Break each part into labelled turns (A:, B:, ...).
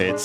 A: It's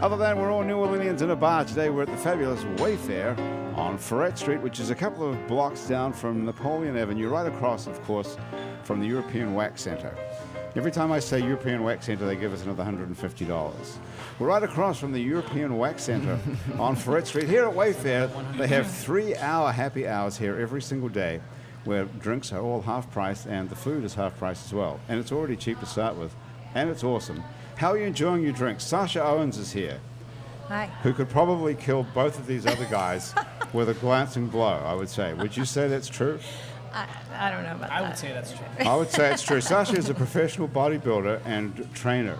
A: Other than we're all New Orleanians in a bar today, we're at the fabulous Wayfair on Ferret Street, which is a couple of blocks down from Napoleon Avenue, right across, of course, from the European Wax Centre. Every time I say European Wax Centre, they give us another $150. We're right across from the European Wax Centre on Ferret Street. Here at Wayfair, they have three hour happy hours here every single day where drinks are all half price and the food is half price as well. And it's already cheap to start with, and it's awesome. How are you enjoying your drinks? Sasha Owens is here,
B: Hi.
A: who could probably kill both of these other guys with a glancing blow, I would say. Would you say that's true?
B: I, I don't know about
C: I
B: that.
C: would say that's true.
A: I would say it's true. Sasha is a professional bodybuilder and trainer.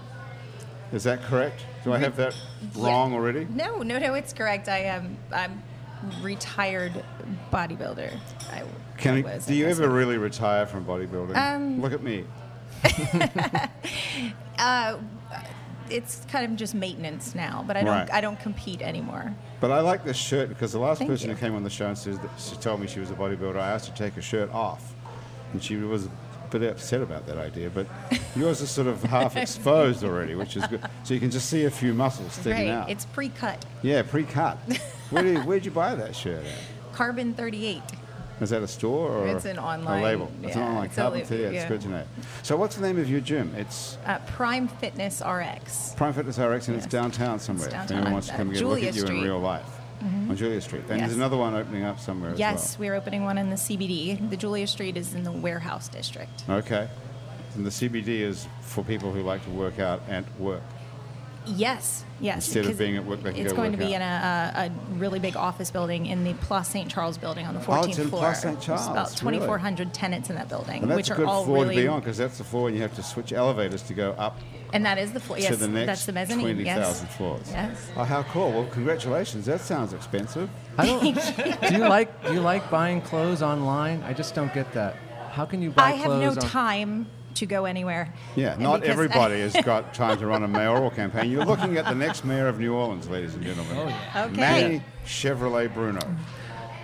A: Is that correct? Do I have that wrong already?
B: No, no, no, it's correct. I am I'm retired bodybuilder. I,
A: Can
B: I
A: you,
B: was,
A: do
B: I
A: you
B: guess.
A: ever really retire from bodybuilding?
B: Um,
A: Look at me.
B: Uh, it's kind of just maintenance now, but I don't
A: Right.
B: I don't compete anymore.
A: But I like this shirt because the last
B: Thank
A: person
B: you.
A: who came on the show and says that she told me she was a bodybuilder, I asked her to take her shirt off, and she was a bit upset about that idea. But yours is sort of half exposed already, which is good. So you can just see a few muscles sticking
B: right.
A: out.
B: It's pre-cut.
A: yeah, pre-cut. Where do you, where'd you buy that shirt at?
B: Carbon 38.
A: Is that a store or
B: It's an online-
A: a label? It's an
B: yeah,
A: online
B: it's a
A: carbon
B: label,
A: thirty eight. It's
B: yeah.
A: good to know. So what's the name of your gym? It's
B: Uh, Prime Fitness RX.
A: Prime Fitness RX, and it's
B: Yes.
A: downtown somewhere.
B: It's
A: if anyone
B: downtown,
A: wants to
B: uh,
A: come get a
B: Julia
A: look at you
B: Street. Mm-hmm.
A: in real life on Julia Street, and
B: Yes.
A: there's another one opening up somewhere as well.
B: Yes, we're opening one in the CBD. The Julia Street is in the Warehouse District.
A: Okay. And the CBD is for people who like to work out and work.
B: Yes, yes.
A: Instead of
B: 'cause
A: being at work, they can
B: It's
A: go
B: going
A: work
B: to be
A: out.
B: in a, a, a really big office building in the Place St. Charles building on the 14th
A: Oh, it's in
B: floor.
A: Place St.
B: There's
A: Charles,
B: about
A: really?
B: 2,400 tenants in that building,
A: And that's
B: which
A: a
B: are
A: good
B: all
A: floor
B: really.
A: to be on because that's the floor and you have to switch elevators to go up
B: And that is the floor. Yes,
A: to the next
B: that's the mezzanine.
A: 20,000
B: yes.
A: floors.
B: Yes.
A: Oh, how cool. Well, congratulations. That sounds expensive.
D: I don't. do you like do you like buying clothes online? I just don't get that. How can you buy
B: I have no
D: clothes? on-
B: time to go anywhere.
A: Yeah,
B: And
A: not
B: because-
A: everybody has got time to run a mayoral campaign. You're looking at the next mayor of New Orleans, ladies and gentlemen. Oh,
B: yeah. Okay.
A: Manny Chevrolet Bruno.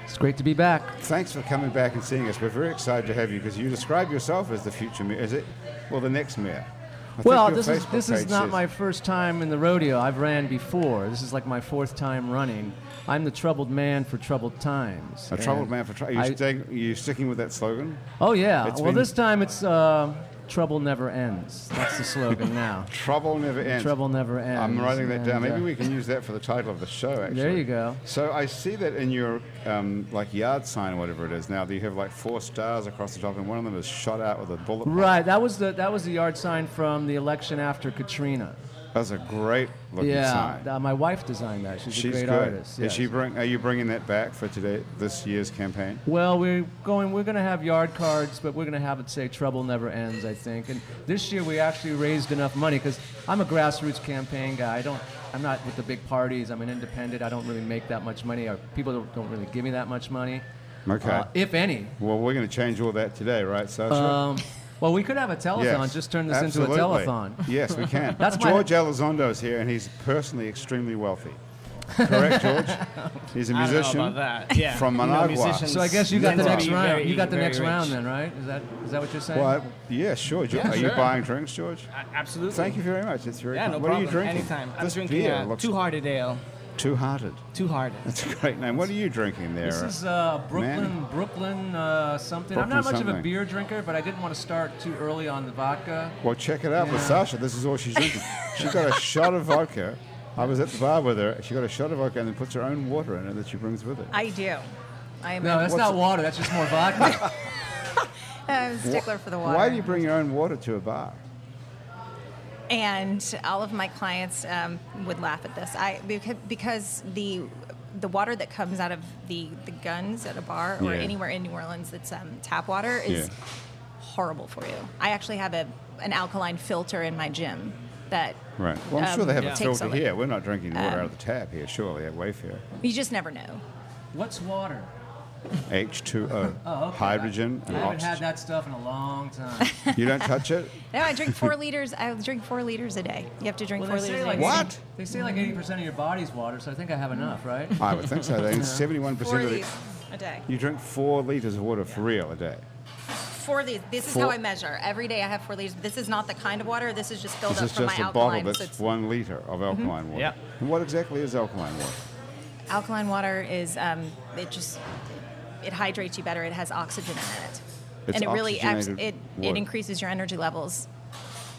D: It's great to be back.
A: Thanks for coming back and seeing us. We're very excited to have you because you describe yourself as the future mayor. Is it? Well, the next mayor. I think
D: Well,
A: your
D: this is
A: Facebook
D: this is
A: page
D: not
A: says-
D: my first time in the rodeo. I've ran before. This is like my fourth time running. I'm the troubled man for troubled times.
A: A
D: And
A: troubled man for trouble. Are
D: I-
A: you, staying, are you sticking with that slogan?
D: Oh yeah.
A: It's
D: well,
A: been-
D: this time it's uh, trouble never ends. That's the slogan now.
A: Trouble never ends.
D: Trouble never ends.
A: I'm writing that down.
D: and,
A: Maybe
D: uh,
A: we can use that for the title of the show. Actually,
D: you go.
A: So I see that in your um, like yard sign or whatever it is now. That you have like four stars across the top, and one of them is shot out with a bullet. point.
D: Right. That was the that was the yard sign from the election after Katrina.
A: That's a great looking
D: Yeah.
A: sign.
D: th- my wife designed that. She's,
A: She's
D: a great
A: good.
D: artist.
A: Is she
D: yes.
A: bring? Are you bringing that back for today? This year's campaign.
D: Well, we're going. We're going to have yard cards, but we're going to have it say "Trouble Never Ends." I think. And this year we actually raised enough money because I'm a grassroots campaign guy. I don't. I'm not with the big parties. I'm an independent. I don't really make that much money. Or people don't, don't really give me that much money,
A: Okay.
D: uh, if any.
A: well, we're going to change all that today, right, Sasha?
D: Um, well, we could have a telethon.
A: Yes.
D: Just turn this
A: Absolutely.
D: into a telethon.
A: Yes, we can.
D: That's my-
A: George Elizondo's here, and he's personally extremely wealthy. Correct, George? He's a
C: I don't know
A: musician.
C: about that. Yeah.
A: from
C: You know,
A: Managua.
C: musicians
D: So I guess you got
C: tend
D: the
C: to
D: next
C: be
D: round.
C: very,
D: you got the
C: very
D: next round
C: rich.
D: then, right? Is that is that what you're saying?
A: Well, I- yeah, sure. George.
C: Yeah,
A: Are you
C: sure.
A: buying drinks, George?
C: A- Absolutely.
A: Thank you very much. It's very
C: Yeah,
A: kind.
C: no
A: What
C: problem.
A: are you drinking?
C: Anytime. I'm
A: this
C: drinking
A: beer
C: uh,
A: looks
C: Two Hearted Ale.
A: Two Hearted.
C: Two Hearted.
A: That's a great name. What are you drinking there?
D: This is uh, Brooklyn,
A: Man.
D: Brooklyn uh, something. I'm
A: Brooklyn
D: not much of
A: something.
D: a beer drinker, but I didn't want to start too early on the vodka.
A: well, check it out with
D: Yeah.
A: Sasha. This is all she's drinking. she got a shot of vodka. I was at the bar with her. She got a shot of vodka and then puts her own water in it that she brings with her.
B: I do. I am
D: No, that's
A: What's
D: not
A: it-
D: water. That's just more vodka.
B: a Uh, stickler for the water.
A: Why do you bring your own water to a bar?
B: and all of my clients um, would laugh at this. I because, because the the water that comes out of the, the guns at a bar or
A: Yeah.
B: anywhere in New Orleans that's um, tap water is
A: Yeah.
B: horrible for you. I actually have a an alkaline filter in my gym. that
A: Right. Well, I'm sure
B: um,
A: they have a
B: takes
A: filter
B: all that-
A: here. We're not drinking water out of the
B: Um,
A: tap here, surely, at Wayfair.
B: You just never know.
D: What's water?
A: H2O.
D: Oh, okay.
A: Hydrogen
D: I
A: and
D: haven't had
A: oxygen.
D: that stuff in a long time.
A: You don't touch it?
B: No, I drink four liters. I drink four liters a day. You have to drink
D: Well,
B: four
D: they
B: liters
D: say
B: a day.
D: like
A: What? Hmm.
D: They say like 80% of your body's water, so I think I have enough, right?
A: I would think so. Then 71%
B: Four
A: of it.
B: liters a day.
A: You drink four liters of water for real a day.
B: Four liters. This is
A: Four-
B: how I measure. Every day I have four liters. This is not the kind of water. This is just filled
A: This
B: up
A: is
B: from
A: just
B: my
A: a
B: alkaline.
A: bottle that's
B: so it's Mm-hmm.
A: one liter of alkaline water.
C: Yeah.
A: And what exactly is alkaline water?
B: alkaline water is um, it just it hydrates you better. It has oxygen in it,
A: It's
B: and it really acts, it
A: oxygenated
B: it
A: water.
B: increases your energy levels.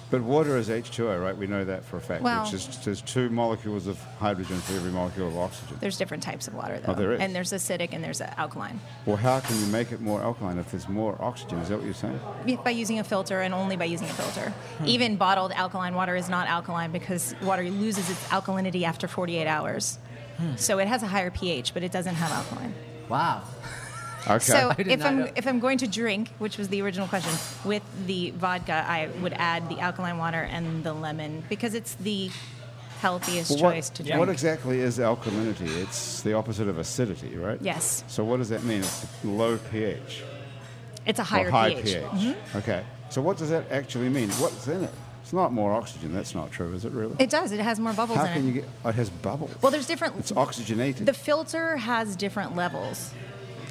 A: But water is H2O, right? We know that for a fact.
B: Well-
A: which is there's two molecules of hydrogen for every molecule of oxygen.
B: There's different types of water though,
A: Oh, there is.
B: and there's acidic and there's alkaline.
A: Well, how can you make it more alkaline if there's more oxygen? Is that what you're saying?
B: Yeah, By using a filter and only by using a filter.
A: Hmm.
B: Even bottled alkaline water is not alkaline because water loses its alkalinity after 48 hours.
A: Hmm.
B: So it has a higher pH, but it doesn't have alkaline.
D: Wow.
A: Okay.
B: So
D: did
B: if
D: not
B: I'm
D: know.
B: if I'm going to drink, which was the original question, with the vodka, I would add the alkaline water and the lemon because it's the healthiest
A: what,
B: choice to
A: what
B: drink.
A: exactly is alkalinity? It's the opposite of acidity, right?
B: Yes.
A: So what does that mean? It's low pH
B: it's a higher
A: or high pH.
B: pH. Mm-hmm.
A: Okay. So what does that actually mean? What's in it? It's not more oxygen. That's not true, is it really?
B: It does. It has more bubbles
A: how
B: in
A: can
B: it.
A: you get? Oh, it has bubbles.
B: well, there's different.
A: it's oxygenated.
B: The filter has different levels.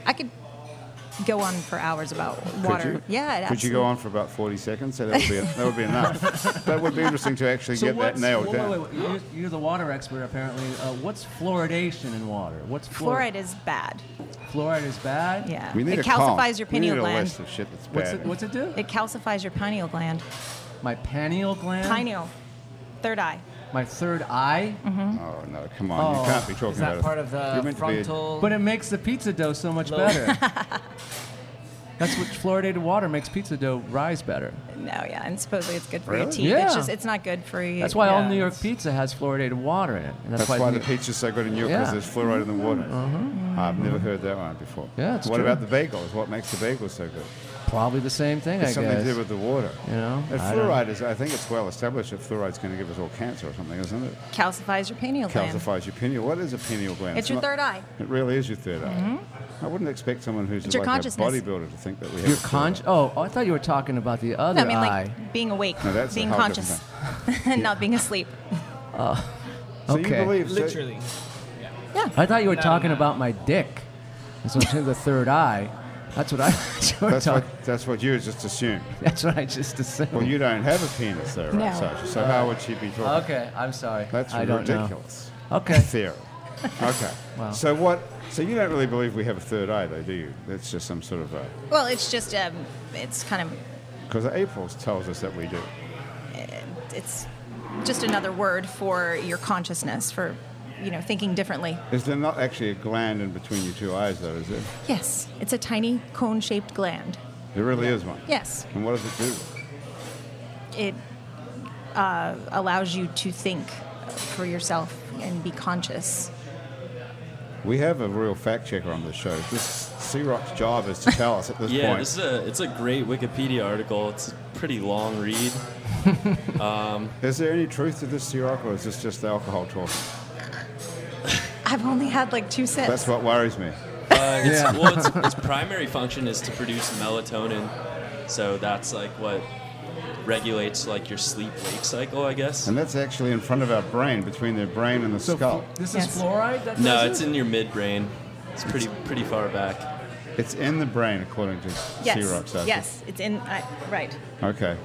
B: I could go on for hours about water.
A: Could you?
B: Yeah, it
A: Could you go
B: absolutely-
A: on for about 40 seconds? So that would be, that would be enough. That would be interesting to actually get that
D: what's-
A: nailed
D: wait,
A: down.
D: wait, wait, You're, you're the water expert, apparently. Uh, what's fluoridation in water? What's fluor-
B: Fluoride is bad.
D: Fluoride is bad.
B: Yeah.
A: We need
B: it
A: a column.
B: calcifies your
A: We need
B: pineal
A: a
B: gland.
A: list of shit that's
D: What's
A: bad.
D: it, what's it do?
B: It calcifies your pineal gland.
D: My pineal gland.
B: Pineal. Third eye.
D: My third eye.
A: Oh no, come on!
D: Oh.
A: you can't be talking
C: Is that
A: about
C: part
A: it.
C: of
A: You're
C: the
A: meant to be a-
C: frontal?
D: But it makes the pizza dough so much
C: Lower.
D: better. That's what fluoridated water makes pizza dough rise better.
B: No, yeah, and supposedly it's good for your
A: Really?
B: teeth. It's
D: Yeah.
B: just it's not good for you.
D: That's why all
C: Yeah,
D: New York
C: it's-
D: pizza has fluoridated water in it. And that's,
A: That's why
D: New-
A: the pizza's so good in Europe because
D: Yeah. Mm-hmm.
A: there's fluoride in the water. I've never heard that one before.
D: Yeah, it's
A: What
D: true.
A: about the bagels? What makes the bagels so good?
D: probably the same thing, I
A: It's something
D: guess.
A: to do with the water.
D: you know,
A: And
D: I don't-
A: fluoride is, I think it's well established that fluoride's going to give us all cancer or something, isn't it?
B: calcifies your pineal gland.
A: Calcifies your pineal. What is a pineal gland?
B: It's your
A: not-
B: third eye.
A: It really is your third eye. I wouldn't expect someone who's
B: It's your
A: like a
B: consciousness.
A: bodybuilder to think that we have
D: Mm-hmm. Your
A: a third
D: conscious. Oh, I thought you were talking about the other
B: No, I mean
D: eye.
B: like being awake,
A: No, that's a
B: being
A: whole different
B: conscious, and not being asleep.
A: eye. So
D: okay.
A: you believe so-
C: Literally.
D: I thought you were
C: No,
D: talking
C: no.
D: about my dick. That's what I'm saying, the third eye. That's what I. you were
A: that's,
D: talk-
A: what, that's what you just assume.
D: that's what I just assumed.
A: Well, you don't have a penis, though, right,
B: No.
A: Sasha? So how would she be talking?
D: okay, I'm sorry.
A: That's
D: I don't know.
A: ridiculous.
D: Okay.
A: Theory. Okay.
D: Wow.
A: So what? So you don't really believe we have a third eye, though, do you? That's just some sort of a.
B: Well, it's just um, it's kind of
A: Because April tells us that we do.
B: it's just another word for your consciousness for you know thinking differently.
A: Is there not actually a gland in between your two eyes, though? Is there?
B: Yes, it's a tiny cone-shaped gland.
A: There really is one.
B: Yes,
A: And what does it do?
B: it uh, allows you to think for yourself and be conscious.
A: We have a real fact checker on the show. This C Rock's job is to tell us at this
E: Yeah,
A: point.
E: this is a it's a great Wikipedia article. It's a pretty long read.
A: is there any truth to this C Rock, or is this just alcohol talk?
B: I've only had like two sips.
A: That's what worries me.
E: Uh, it's,
D: Yeah.
E: Well, its, its primary function is to produce melatonin, so that's like what regulates like your sleep-wake cycle, I guess.
A: And that's actually in front of our brain, between the brain and the
D: So
A: skull.
D: fl- this
B: Yes.
D: is fluoride. That
E: No,
D: does
E: it's
D: it?
E: in your midbrain. It's pretty pretty far back.
A: It's in the brain, according to C Rock.
B: yes, yes, it's in I right.
A: Okay.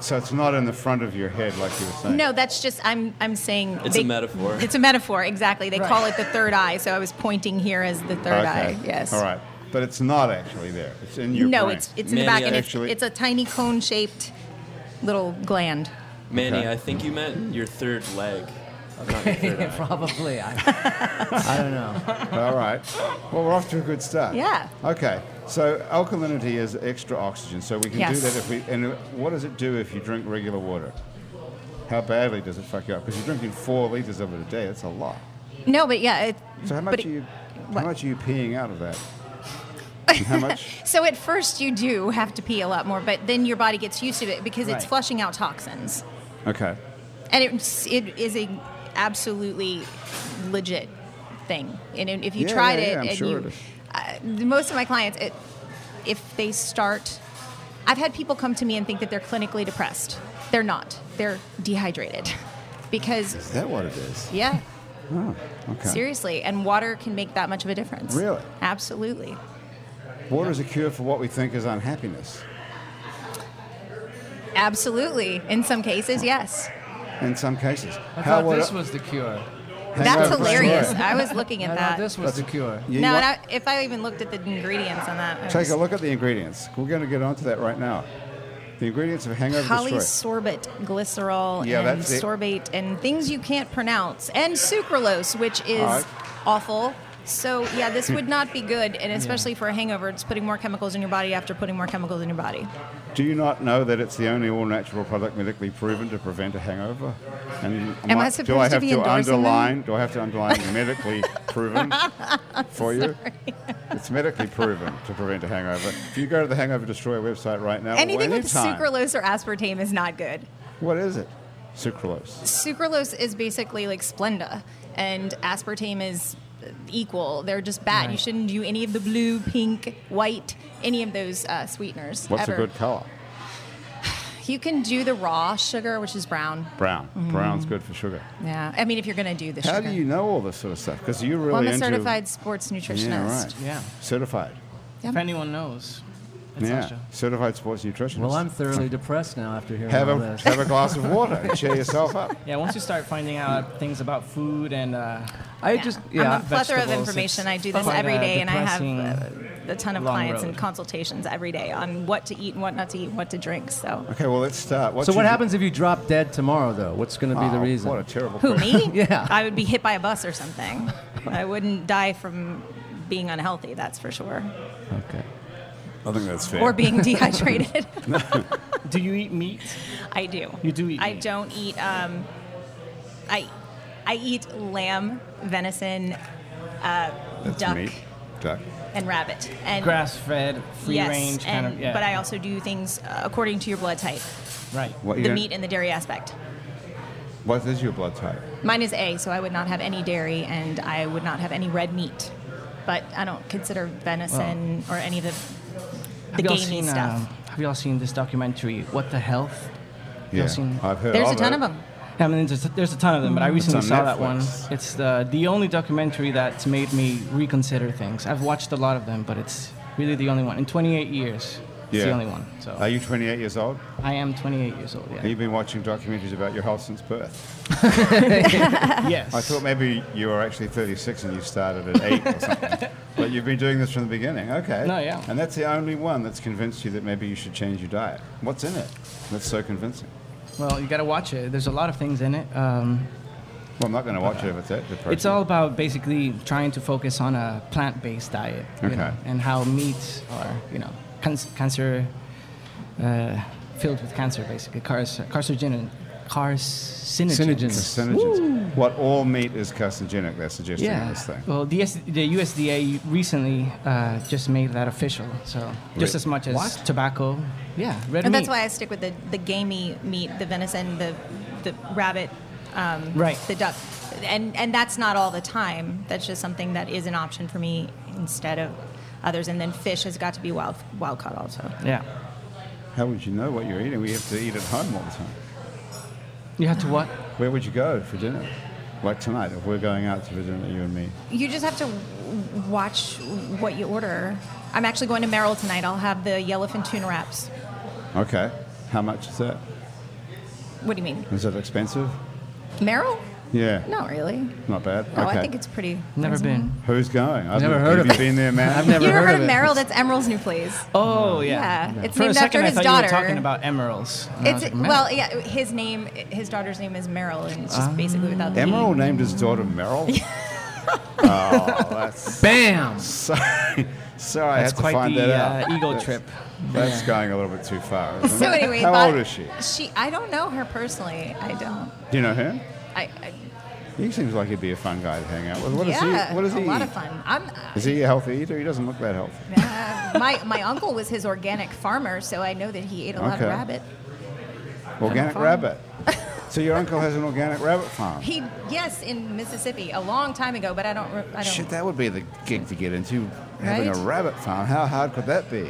A: So it's not in the front of your head like you were saying.
B: No, that's just I'm I'm saying
E: It's a metaphor.
B: It's a metaphor, exactly. They call it the third eye, so I was pointing here as the third
A: Okay.
B: eye. Yes.
A: All right. But it's not actually there. It's in your
B: no,
A: brain.
B: it's it's in the
E: Manny,
B: back, and
E: I-
B: it's,
A: Actually-
B: it's a tiny cone-shaped little gland.
E: Manny,
A: Okay.
E: I think you meant your third leg. Not your third eye.
D: Probably. I, I don't know.
A: All right. Well, we're off to a good start.
B: Yeah.
A: Okay. So alkalinity is extra oxygen. So we can do
B: Yes.
A: that if we. And what does it do if you drink regular water? How badly does it fuck you up? Because you're drinking four liters of it a day. That's a lot.
B: No, but yeah, it,
A: So how
B: but
A: much
B: it-
A: are you?
B: what?
A: How much are you peeing out of that? And how much?
B: So at first you do have to pee a lot more, but then your body gets used to it because it's
D: Right.
B: flushing out toxins.
A: Okay.
B: and it's, it is a absolutely legit thing. And if if you
A: Yeah,
B: tried
A: yeah,
B: it,
A: yeah, I'm
B: and
A: sure
B: you,
A: it is.
B: uh, the- most of my clients, it, if they start, I've had people come to me and think that they're clinically depressed. They're not. They're dehydrated, because
A: Is that what it is?
B: yeah,
A: Oh, okay.
B: seriously, and water can make that much of a difference.
A: Really?
B: Absolutely.
A: Water is a cure for what we think is unhappiness.
B: Absolutely. In some cases, yes.
A: In some cases. How
D: I thought
A: would
D: this
A: I-
D: was the cure.
A: Hang
B: That's
A: on for a
B: hilarious.
A: minute.
B: I was looking
D: I
B: at
D: thought
B: that.
D: this was the cure.
A: You
B: No,
A: wa-
B: and I, if I even looked at the ingredients on that, I
A: Take
B: was-
A: a look at the ingredients. We're going to get onto that right now. The ingredients of hangover destroy.
B: polysorbate glycerol
A: Yeah,
B: and
A: that's it.
B: sorbate and things you can't pronounce and sucralose which is
A: Alright.
B: awful so yeah this would not be good and especially for a hangover it's putting more chemicals in your body after putting more chemicals in your body
A: Do you not know that it's the only all-natural product medically proven to prevent a hangover? And
B: Am I
A: might- do
B: supposed
A: I
B: to
A: have
B: be
A: to
B: endorsing them?
A: underline? Do I have to underline medically proven for you? it's medically proven to prevent a hangover. If you go to the Hangover Destroyer website right now,
B: anything
A: or
B: with
A: anytime,
B: sucralose or aspartame is not good
A: what is it? Sucralose.
B: sucralose is basically like splenda and aspartame is equal they're just bad you
D: Right.
B: shouldn't do any of the blue pink white any of those uh, sweeteners
A: What's
B: ever
A: a good color?
B: you can do the raw sugar which is brown
A: Brown.
B: Mm-hmm.
A: Brown's good for sugar.
B: Yeah, I mean, if you're going to do the
A: How
B: sugar.
A: do you know all this sort of stuff? Because you're really
B: well, I'm a
A: into
B: certified sports nutritionist.
A: Yeah, right.
C: Yeah.
A: Certified.
C: If anyone knows, it's
A: yeah.
C: Usher.
A: Certified sports nutritionist.
D: Well, I'm thoroughly depressed now after hearing
A: have
D: all
A: a
D: this.
A: have a glass of water and cheer yourself up.
C: Yeah, once you start finding out things about food and uh,
D: I just
B: I'm
D: yeah.
B: a plethora of
C: vegetables,
B: information.
C: it's
B: I do this
C: quite
B: every
C: a
B: day, and I have
C: depressing
B: uh, a ton of
C: long
B: clients and
C: road.
B: consultations every day on what to eat and what not to eat, what to drink. So,
A: Okay, well let's start. What's
D: So what
A: your-
D: happens if you drop dead tomorrow though? What's going to be the
A: Oh,
D: reason?
A: What a terrible.
B: who
A: question.
B: me?
D: Yeah.
B: I would be hit by a bus or something. I wouldn't die from being unhealthy. That's for sure,
D: okay.
A: I think that's fair.
B: or being dehydrated.
C: do you eat meat?
B: I do.
C: You do eat
B: I
C: meat.
B: don't eat. Um, I I eat lamb, venison, uh,
A: That's
B: duck.
A: meat. Duck.
B: and rabbit. And
C: Grass fed, free
B: yes,
C: range
B: and,
C: kind of. Yeah.
B: but I also do things uh, according to your blood type,
C: right.
A: What, you
B: the
A: don't-
B: meat and the dairy aspect.
A: What is your blood type?
B: Mine is A, so I would not have any dairy and I would not have any red meat. But I don't consider venison or any of the the
C: have y'all
B: gamey
C: seen?
B: stuff.
C: uh, have y'all seen this documentary? What the health?
A: Yeah,
C: seen-
A: I've heard.
B: There's
A: of
B: a ton
A: it.
B: of them.
C: I mean, there's a, there's a ton of them, but I recently
A: on
C: saw that one.
A: Netflix.
C: It's the the only documentary that's made me reconsider things. I've watched a lot of them, but it's really the only one in 28 years. It's the only one. So
A: Are you 28 years old?
C: I am 28 years old.
A: And
C: Yeah.
A: you've been watching documentaries about your health since birth.
C: yes.
A: I thought maybe you were actually 36 and you started at eight or something. But you've been doing this from the beginning. Okay.
C: No, yeah.
A: And that's the only one that's convinced you that maybe you should change your diet. What's in it? That's so convincing.
C: Well, you gotta watch it. There's a lot of things in it. Um,
A: Well, I'm not going to watch it if it's that depressing.
C: Uh, It's all about basically trying to focus on a plant-based diet, you
A: Okay.
C: know, and how meats are, you know, can- cancer uh, filled with cancer, basically, Cars- carcinogen, carcinogens.
D: Synogens.
A: carcinogens. What all meat is carcinogenic, they're suggesting in
C: Yeah.
A: this thing.
C: Well, the, S- the USDA recently uh, just made that official. So just
A: Re-
C: as much as
A: What?
C: tobacco. Yeah,
B: And
C: red meat.
B: that's why I stick with the, the gamey meat, the venison, the the rabbit,
C: Right.
B: the duck. And and that's not all the time. That's just something that is an option for me instead of others. And then fish has got to be wild wild caught also.
C: Yeah.
A: How would you know what you're eating? We have to eat at home all the time.
C: You have to what?
A: Where would you go for dinner? Like tonight, if we're going out to for dinner, you and me.
B: You just have to w- watch what you order. I'm actually going to Merrill tonight. I'll have the yellowfin tuna wraps.
A: Okay. How much is that?
B: What do you mean,
A: Is it expensive?
B: Merrill?
A: Yeah.
B: Not really.
A: Not bad.
B: Oh,
A: okay.
B: I think it's pretty.
C: Never been.
A: Who's going? I've
D: Never heard
A: have
D: of
A: you
D: it.
A: been there, man?
D: I've never
B: you ever
D: heard,
B: heard of
D: it.
B: Merrill? That's Emerald's new place.
C: Oh yeah.
B: Yeah, it's
C: For a
B: named after
C: second, I
B: his
C: thought
B: daughter.
C: you were talking about emeralds. and I was
B: It's
C: like,
B: well, yeah. His name, his daughter's name is Merrill, and it's just
C: Ah.
B: basically without the E.
A: Emerald named his daughter Merrill. oh, that's
D: Bam.
A: sorry. Sorry, I
C: That's
A: had to
C: quite
A: find
C: the,
A: that out.
C: uh, ego
A: That's-
C: trip.
A: That's going a little bit too far. Isn't
B: So
A: it?
B: anyway,
A: how
B: Bob-
A: old is she?
B: She, I don't know her personally. I don't.
A: Do you know her?
B: I, I
A: He seems like he'd be a fun guy to hang out with. What is
B: yeah,
A: he? What is
B: a
A: he?
B: lot of
A: eat?
B: fun. I'm.
A: Is he a healthy eater? He doesn't look that healthy.
B: uh, my my uncle was his organic farmer, so I know that he ate a lot of
A: Okay.
B: rabbit.
A: Organic
B: fun.
A: rabbit. So your uncle has an organic rabbit farm.
B: He yes, in Mississippi, a long time ago, but I don't. re- I don't.
A: Shit, that would be the gig to get into. Having a
B: Right?
A: rabbit farm. How hard could that be?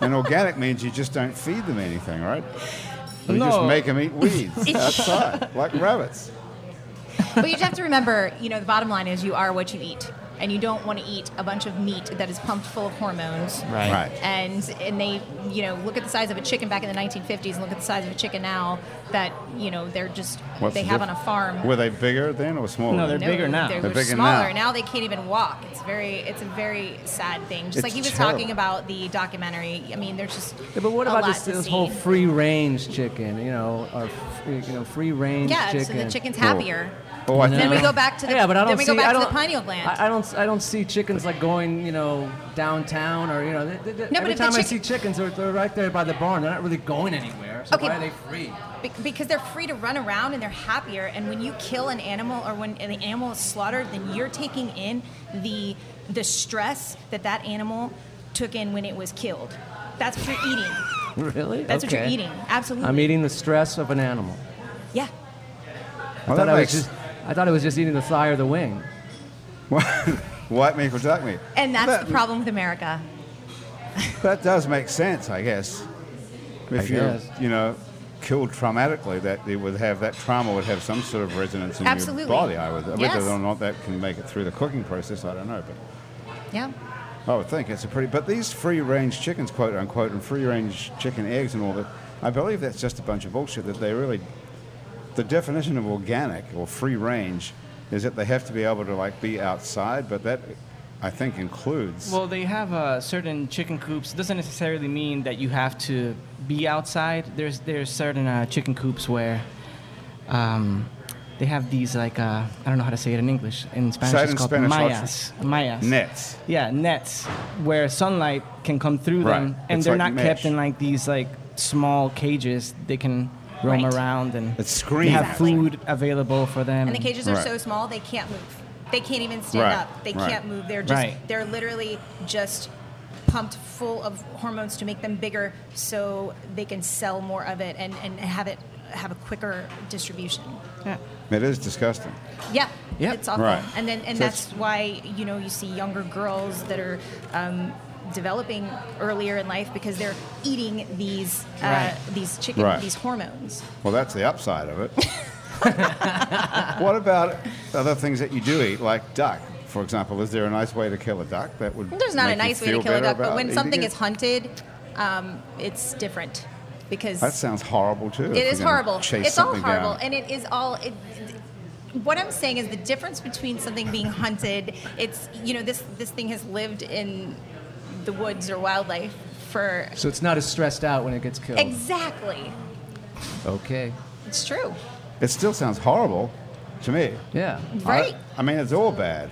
A: and organic means you just don't feed them anything, right? You just
C: No.
A: make them eat weeds outside, like rabbits.
B: but you just have to remember, you know, the bottom line is you are what you eat, and you don't want to eat a bunch of meat that is pumped full of hormones.
C: Right.
A: Right.
B: And and they, you know, look at the size of a chicken back in the 1950s, and look at the size of a chicken now. That you know they're just
A: What's
B: they
A: the
B: have
A: diff-
B: on a farm.
A: Were they bigger then or smaller?
C: No, they're bigger now.
B: They
A: They're
B: were
A: bigger
B: smaller.
A: now.
B: Now. they can't even walk. It's very, it's a very sad thing. Just
A: It's
B: like he was
A: terrible.
B: talking about the documentary. I mean, there's just
D: Yeah, but what
B: a
D: about
B: lot
D: this,
B: to
D: this
B: see.
D: whole free range chicken? You know, or f- you know, free range
B: yeah,
D: chicken.
B: so the chicken's
A: Well,
B: happier.
A: Oh, I
D: No.
A: think
B: Then we go back to the
D: yeah, but I don't
B: then we
D: see.
B: go back
D: I don't,
B: to the pineal gland.
D: I, I don't. s- I don't see chickens like going. You know, downtown or you know. Th- th- th-
B: No, but
D: every
B: if the
D: time I
B: chick-
D: see chickens, they're, they're right there by the barn. They're not really going anywhere. So
B: Okay.
D: why are they free?
B: Be- because they're free to run around and they're happier. And when you kill an animal or when an animal is slaughtered, then you're taking in the the stress that that animal took in when it was killed. That's what you're eating.
D: Really?
B: That's what you're
D: Okay.
B: eating. Absolutely.
D: I'm eating the stress of an animal.
B: yeah.
A: Well,
D: I thought
A: Oh, that
D: I
A: makes
D: was just. I thought I was just eating the thigh or the wing.
A: white meat or dark meat.
B: And that's
A: that,
B: the problem with America.
A: That does make sense, I guess. If you
D: guess.
A: you know killed traumatically, that it would have that trauma would have some sort of resonance in
B: Absolutely.
A: your body. I would
B: Yes.
A: whether or not that can make it through the cooking process, I don't know, but.
B: Yeah.
A: I would think it's a pretty. But these free-range chickens, quote unquote, and free-range chicken eggs and all that, I believe that's just a bunch of bullshit. That they really, the definition of organic or free-range is that they have to be able to like be outside. But that, I think, includes.
C: Well, they have uh, certain chicken coops. Doesn't necessarily mean that you have to be outside. There's there's certain uh, chicken coops where um, they have these like uh, I don't know how to say it in English. In Spanish,
A: Say it
C: it's
A: in
C: called
A: Spanish,
C: mayas. Mayas.
A: nets.
C: Yeah, nets where sunlight can come through them,
A: Right.
C: and
A: It's
C: they're
A: like
C: not kept
A: mesh.
C: in like these like small cages. They can roam
B: Right.
C: around and
A: It's
C: they
A: screened.
C: have food available for them.
B: And the cages are
A: Right.
B: so small they can't move. They can't even stand
A: Right,
B: up. They
A: right.
B: can't move. They're just
C: Right.
B: they're literally just pumped full of hormones to make them bigger so they can sell more of it and, and have it have a quicker distribution.
C: Yeah.
A: It is disgusting.
B: Yeah.
C: Yep.
B: It's awful.
A: Right.
B: And then and
A: So it's-
B: that's why, you know, you see younger girls that are um, developing earlier in life because they're eating these uh,
C: Right.
B: these chicken
A: Right.
B: these hormones.
A: Well, that's the upside of it. what about other things that you do eat, like duck, for example? Is there a nice way to kill a duck that would?
B: There's not
A: make
B: a nice
A: you
B: way to
A: feel
B: kill a
A: better
B: duck, but
A: about
B: when
A: eating
B: something
A: it?
B: is hunted, um, it's different because
A: That sounds horrible too. if
B: it
A: you're
B: is
A: gonna
B: horrible.
A: chase
B: It's all
A: something
B: horrible,
A: down.
B: and it is all. It, what I'm saying is the difference between something being hunted. It's you know this this thing has lived in the woods or wildlife for
D: So it's not as stressed out when it gets killed.
B: exactly.
D: okay.
B: It's true,
A: It still sounds horrible to me.
D: Yeah.
B: right?
A: I, I mean, it's all bad.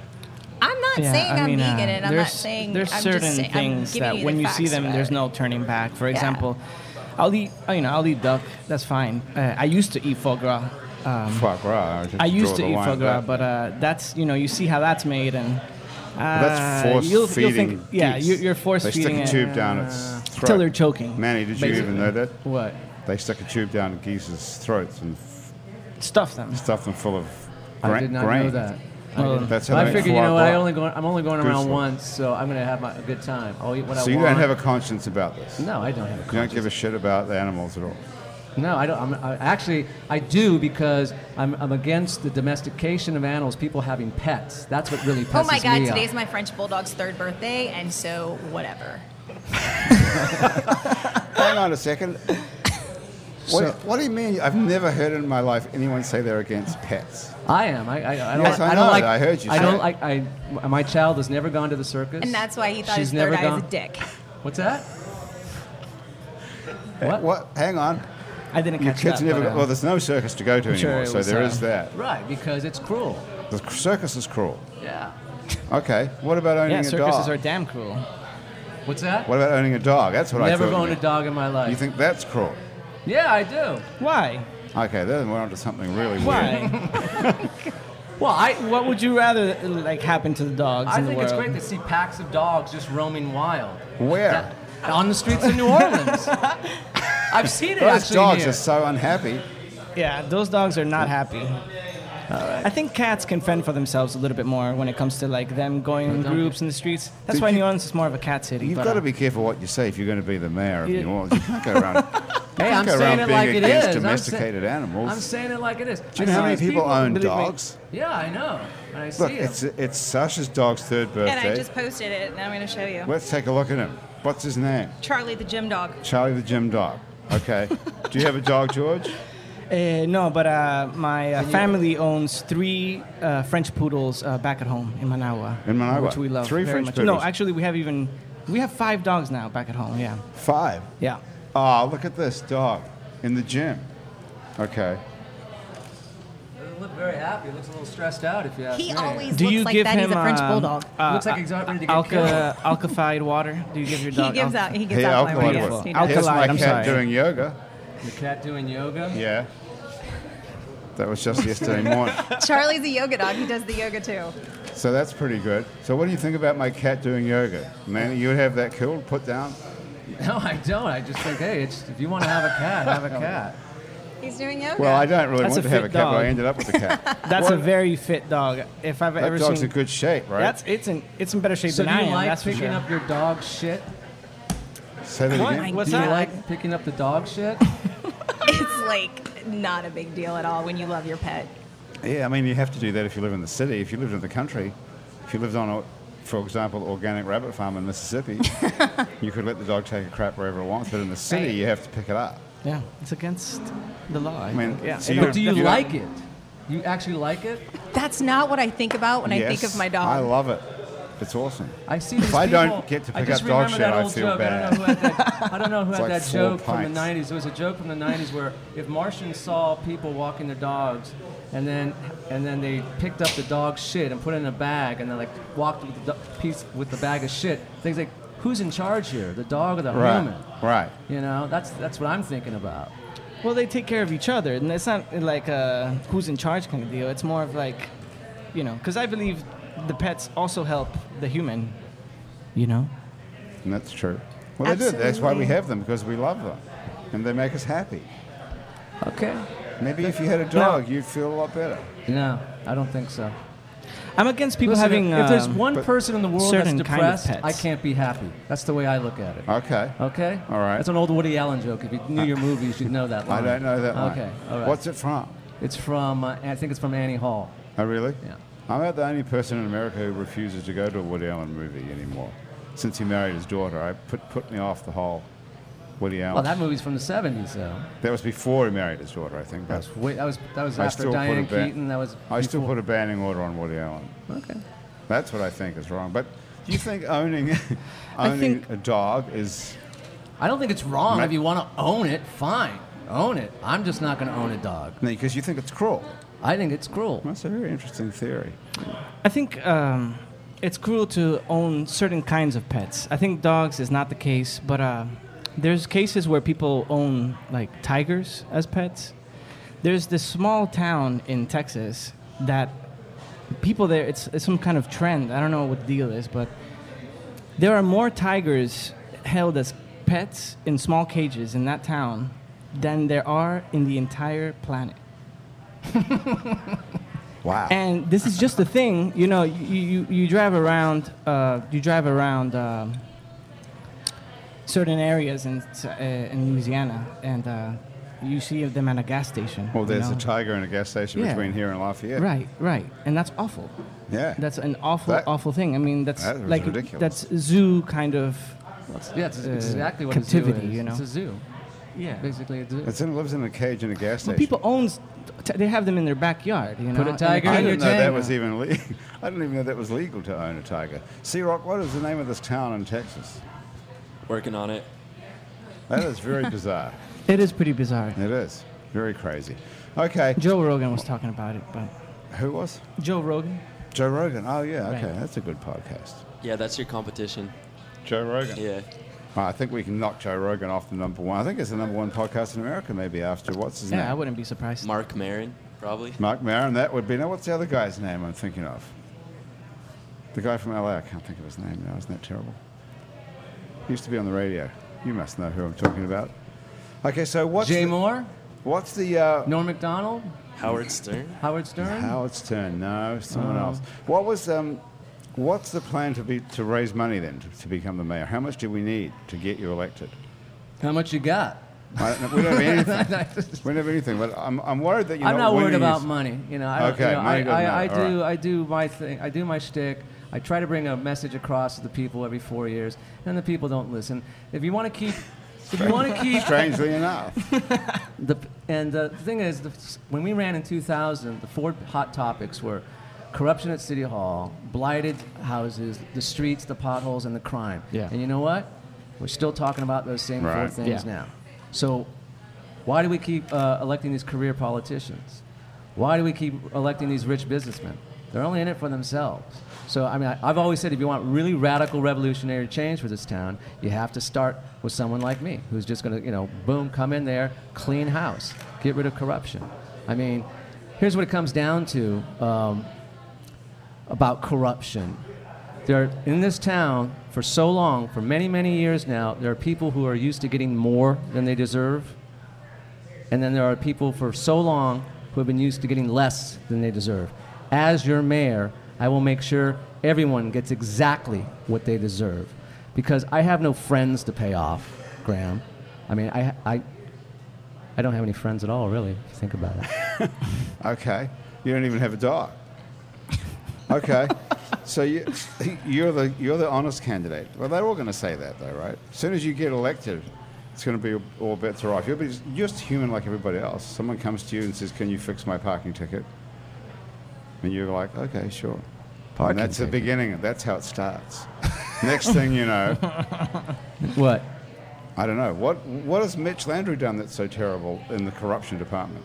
B: I, am not
C: Yeah,
B: saying
C: I
B: am
C: mean, uh,
B: vegan, and I'm not
C: there's-
B: saying
C: there's
B: I'm
C: certain
B: just saying,
C: things
B: I'm giving
C: that
B: you the
C: when you see
B: facts
C: them,
B: about
C: there's
B: it.
C: no turning back. For
B: Yeah.
C: example, I'll eat, uh, you know, I'll eat duck. That's fine. Uh, I used to eat foie gras. Um,
A: Foie gras. just
C: I used
A: draw
C: to
A: the
C: eat
A: line
C: foie gras,
A: there.
C: but uh, that's you know, you see how that's made, and uh,
A: that's force
C: you'll,
A: feeding.
C: You'll think, yeah,
A: geese.
C: you, you're force
A: they
C: feeding
A: They
C: it
A: stick a tube down its throat.
C: till they're choking.
A: Manny, did you even
C: basically.
A: know that?
D: What?
A: They stick a tube down geese's throats and f-
C: Stuff them.
A: stuff them full of gra-
D: I did not
A: grain.
D: know that.
C: Well,
A: That's how
D: I
A: they eat
D: figured, you
A: foie
D: know, what, I
A: gras.
D: only going, I'm only going
A: Goose
D: around
A: leg.
D: once, so I'm gonna have my, a good time. I'll eat what I
A: So you
D: want.
A: don't have a conscience about this.
D: no, I don't have a
A: You don't
D: conscience.
A: give a shit about the animals at all.
D: No, I don't. I'm, I, actually, I do because I'm, I'm against the domestication of animals. People having pets. That's what really pisses
B: Oh my God!
C: uh,
D: me off.
B: Today's my French bulldog's third birthday, and so whatever.
A: Hang on a second. What,
D: So-
A: what do you mean? I've never heard in my life anyone say they're against pets.
D: I am. I, I, I don't.
A: Yes, I
D: I,
A: know.
D: don't like.
A: I heard you
D: I
A: say
D: don't
A: it.
D: like. I. My child has never gone to the circus.
B: And that's why he thought
D: She's
B: his third
D: never
B: eye
D: gone.
B: is a dick.
D: What's that? What?
A: What? Hang on.
C: I didn't
A: Your
C: catch
A: kids
C: that.
A: never.
C: but, uh,
A: well, there's no circus to go to
C: I'm sure
A: anymore,
C: it
A: so
C: was,
A: there
C: uh,
A: is that.
D: Right, because it's cruel.
A: The c- circus is cruel.
D: Yeah.
A: Okay. What about owning
C: yeah,
A: a
C: circuses
A: dog?
C: are damn cruel.
D: What's that?
A: what about owning a dog? That's what I
D: never
A: thought. you
D: owned a
A: meant.
D: dog in my life.
A: You think that's cruel?
D: yeah, I do.
C: Why?
A: Okay, then we're onto something really weird.
C: Why?
D: Well, I.
C: what would you rather like happen to the dogs
D: I
C: in the
D: think
C: world?
D: it's great to see packs of dogs just roaming wild
A: Where?
D: on the streets of New Orleans. I've seen it
A: Those
D: actually.
A: dogs
D: here.
A: are so unhappy.
C: Yeah, those dogs are not happy. I think cats can fend for themselves a little bit more when it comes to like them going in groups in the streets. That's
A: Dude,
C: why
A: you-
C: New Orleans is more of a cat city.
A: You've
C: but,
A: got to
C: uh,
A: be careful what you say if you're going to be the mayor of
C: Yeah.
A: New Orleans. You can't go around. hey,
D: I'm
A: go
D: saying
A: around
D: it
A: being
D: like it
A: against
D: is. I'm
A: domesticated animals.
D: I'm saying it like it is.
A: Do you know how many people, own
C: believe me.
A: dogs?
D: Yeah, I know. And I see
A: Look,
D: them.
A: it's it's Sasha's dog's third birthday.
B: And I just posted it, and I'm going to show you.
A: Let's take a look at him. What's his name?
B: Charlie the gym dog.
A: Charlie the gym dog. Okay. Do you have a dog, George?
C: Uh, no, but uh, my uh, family owns three uh, French poodles uh, back at home in Manawa.
A: In Manawa.
C: which we love
A: Three
C: very
A: French
C: much.
A: poodles.
C: No, actually, we have even we have five dogs now back at home. Yeah,
A: Five.
C: yeah.
A: Oh, look at this dog in the gym. Okay.
D: doesn't look very happy. It looks a little stressed out, if you ask
B: He
D: me.
B: always
C: Do
B: looks
C: you
B: like
C: give
B: that.
C: him
B: He's a French
C: um,
B: bulldog.
C: uh,
D: Looks like he's not ready to get
C: alka- alkalified water. Do you give your
B: He
C: dog?
B: gives
C: alka-
B: out. He gives
A: Hey,
B: out my
A: alkaline
B: yes,
A: water.
B: he
C: Alkaline,
B: does.
A: Here's my
C: I'm
A: cat
C: sorry.
A: doing yoga.
D: Your cat doing yoga?
A: Yeah. That was just yesterday morning.
B: Charlie's a yoga dog. He does the yoga too.
A: So that's pretty good. So what do you think about my cat doing yoga? Man, you would have that killed, put down?
D: No, I don't. I just think, hey, it's, if you want to have a cat, have a cat.
B: He's doing yoga.
A: Well, I don't really
C: That's
A: want to
C: a
A: have a
C: fit
A: cat, but
C: dog.
A: I ended up with a cat.
C: That's
A: Well,
C: a very fit dog. If I've
A: that
C: ever
A: dog's
C: seen,
A: in good shape, right?
C: that's it's in it's in better shape
D: So
C: than
D: do you
C: I am.
D: like
C: that's for
D: picking
C: sure.
D: up your dog shit?
A: Say that
C: What?
A: again.
C: What's
D: do you
C: that?
D: like picking up the dog shit?
B: it's like not a big deal at all when you love your pet.
A: Yeah, I mean, you have to do that if you live in the city. If you lived in the country, if you lived on, a, for example, organic rabbit farm in Mississippi, you could let the dog take a crap wherever it wants, but in the city,
C: Right.
A: you have to pick it up.
C: yeah, it's against the law. I,
A: mean,
C: think. yeah.
A: so
C: It-
A: you're-
D: But do you
A: You-
D: like it? You actually like it?
B: That's not what I think about when I think
A: Yes,
B: of my dog.
A: I love it. It's awesome.
D: I see these
A: If I don't
D: people-
A: get to
D: I
A: pick
D: just
A: up dog
D: remember
A: shit,
D: that
A: I
D: old
A: feel
D: joke.
A: bad.
D: I don't know who had that, I don't know who had
A: like
D: that
A: four
D: joke from
A: pints.
D: the 90s. It was a joke from the 90s where if Martians saw people walking their dogs and then and then they picked up the dog shit and put it in a bag and then like walked with the do- piece with the bag of shit, things like who's in charge here, the dog or the
A: Right,
D: human?
A: right.
D: You know, that's that's what I'm thinking about.
C: Well, they take care of each other, and it's not like a who's in charge kind of deal. It's more of like, you know, because I believe the pets also help the human. You know,
A: And that's true. Well, they do. That's why we
B: Absolutely.
A: have them, because we love them. And they make us happy.
D: Okay.
A: Maybe if you had a dog, you'd feel a lot better.
D: No, I don't think so.
C: I'm against people
D: Listen,
C: having.
D: if there's
C: um,
D: one
A: but
D: person in the world that's
C: certain kind of
D: depressed,
C: pets.
D: I can't be happy. That's the way I look at it.
A: Okay.
D: Okay.
A: All right.
D: That's an old Woody Allen joke. If you knew your movies, you'd know that
A: I
D: line.
A: don't know that line.
D: Okay. All right.
A: What's it from?
D: It's from. Uh, I think it's from Annie Hall.
A: Oh, really?
D: Yeah.
A: I'm not the only person in America who refuses to go to a Woody Allen movie anymore. Since he married his daughter, I put, put me off the whole Woody Allen.
D: Well, that movie's from the '70s, though.
A: that was before he married his daughter, I think.
D: That
A: That's
D: was way, that was that was
A: I
D: after
A: still put
D: Diane
A: it back.
D: Keaton. That was.
A: I still put a banning order on Woody Allen.
D: Okay.
A: That's what I think is wrong. But do you think owning
C: I
A: owning
C: think-
A: a dog is
D: I don't think it's wrong
A: Ma-
D: if you want to own it. Fine, own it. I'm just not going to own a dog.
A: because you think it's cruel?
D: I think it's cruel.
A: That's a very interesting theory.
C: I think um, it's cruel to own certain kinds of pets. I think dogs is not the case, but uh, there's cases where people own like tigers as pets. There's this small town in Texas that people there. It's, it's some kind of trend. I don't know what the deal is, but there are more tigers held as pets in small cages in that town than there are in the entire planet.
A: Wow.
C: And this is just the thing, you know. You you, you drive around, uh, you drive around um, certain areas in s- uh, in Louisiana, and uh, you see them at a gas station.
A: well,
C: you
A: Oh, there's
C: know?
A: a tiger in a gas station
C: Yeah.
A: between here and Lafayette.
C: Right, right, and that's awful.
A: Yeah.
C: That's an awful,
A: That-
C: awful thing. I mean, that's
A: that is
C: like
A: ridiculous.
C: that's zoo kind of.
D: Yeah, it's
C: Uh,
D: exactly what a
C: captivity,
D: zoo is.
C: you know?
D: It's a zoo.
C: Yeah.
D: Basically, a zoo.
A: It's in, lives in a cage in a gas station.
C: Well, people owns, t- they have them in their backyard. You know,
D: Put a
C: and-
D: tiger in
A: I
D: You're
A: didn't know
D: Jane.
A: that was even. Le- I didn't even know that was legal to own a tiger. Sea Rock, what is the name of this town in Texas?
E: Working on it.
A: That is very bizarre.
C: It is pretty bizarre.
A: It is very crazy. Okay,
C: Joe Rogan was talking about it, but
A: who was
C: Joe Rogan.
A: Joe Rogan? Oh yeah, okay,
C: Right.
A: that's a good podcast.
E: Yeah, that's your competition.
A: Joe Rogan.
E: Yeah.
A: Oh, I think we can knock Joe Rogan off the number one. I think it's the number one podcast in America, maybe after what's his
C: Yeah, I
A: name?
C: wouldn't be surprised.
E: Mark Marin, probably.
A: Mark Maron. That would be. Now, what's the other guy's name I'm thinking of? The guy from LA. I can't think of his name now. Isn't that terrible? He used to be on the radio. You must know who I'm talking about. Okay, so what's
D: Jay
A: the-
D: Moore.
A: What's the uh,
D: Norm McDonald,
E: Howard Stern.
D: Howard Stern.
A: Howard's turn? No, someone else. What was um, what's the plan to be to raise money then to, to become the mayor? How much do we need to get you elected?
D: How much you got?
A: I don't know, we don't have anything. we don't have anything. But I'm, I'm worried that you.
D: I'm not worried about
A: money.
D: money. You know, I, don't-
A: Okay,
D: you know,
A: money
D: I,
A: doesn't
D: I, I
A: matter. All
D: do I do my thing. I do my shtick. I try to bring a message across to the people every four years, and the people don't listen. If you want to keep, if you want to keep
A: Strangely enough,
D: the and uh, the thing is, the, when we ran in 2000, the four hot topics were corruption at City Hall, blighted houses, the streets, the potholes, and the crime.
C: Yeah.
D: And you know what? We're still talking about those same four
A: Right.
D: things
C: Yeah.
D: now. So why do we keep uh, electing these career politicians? Why do we keep electing these rich businessmen? They're only in it for themselves. So, I mean, I, I've always said if you want really radical revolutionary change for this town, you have to start with someone like me who's just going to, you know, boom, come in there, clean house, get rid of corruption. I mean, here's what it comes down to um, about corruption. There, in this town, for so long, for many, many years now, there are people who are used to getting more than they deserve. And then there are people for so long who have been used to getting less than they deserve. As your mayor, I will make sure everyone gets exactly what they deserve. Because I have no friends to pay off, Graham. I mean, I, I, I don't have any friends at all, really, if you think about it.
A: okay. You don't even have a dog. Okay, so you, you're the you're the honest candidate. Well, they're all going to say that, though, right? As soon as you get elected, it's going to be all bets are off. You'll be just, you're just human like everybody else. Someone comes to you and says, "Can you fix my parking ticket?" And you're like, "Okay, sure."
D: Parking
A: and that's the
D: ticket.
A: beginning. That's how it starts. Next thing you know.
D: What?
A: I don't know. What what has Mitch Landry done that's so terrible in the corruption department?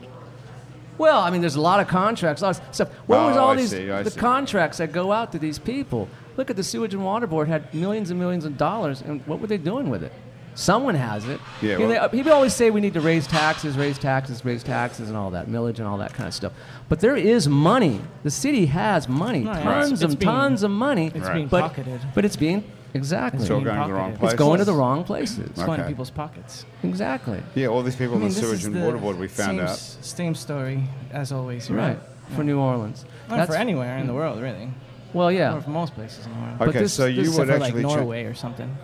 D: Well, I mean, there's a lot of contracts, a lot of stuff. What was
A: Oh,
D: all
A: I
D: these
A: see, I
D: the
A: see.
D: contracts that go out to these people? Look at the sewage and water board had millions and millions of dollars, and what were they doing with it? Someone has it.
A: Yeah,
D: You know,
A: well-
D: they- people always say we need to raise taxes, raise taxes, raise taxes, and all that millage and all that kind of stuff. But there is money. The city has money,
C: yeah, it's-
D: tons
C: it's
D: and
C: being-
D: tons of money.
C: it's
A: Right.
C: being
D: but
C: pocketed.
D: but it's being exactly.
A: It's all
C: being
A: going to the wrong
C: pocketed.
A: place.
D: It's going to the wrong places.
C: It's going to
A: Okay.
C: people's pockets.
D: Exactly.
A: Yeah, all these people
C: I mean,
A: in the
C: this
A: sewage
C: is
A: and
C: the
A: water board we found
C: same,
A: out.
C: s- Same story as always. you're
D: Right.
C: right.
D: For New Orleans.
C: Not for anywhere in the world, really.
D: Well, yeah.
C: Or for most places in the world.
A: hmm. Okay,
D: this-
A: so you
D: this
A: would
C: Except for
A: actually
C: like
A: check-
C: Norway or something.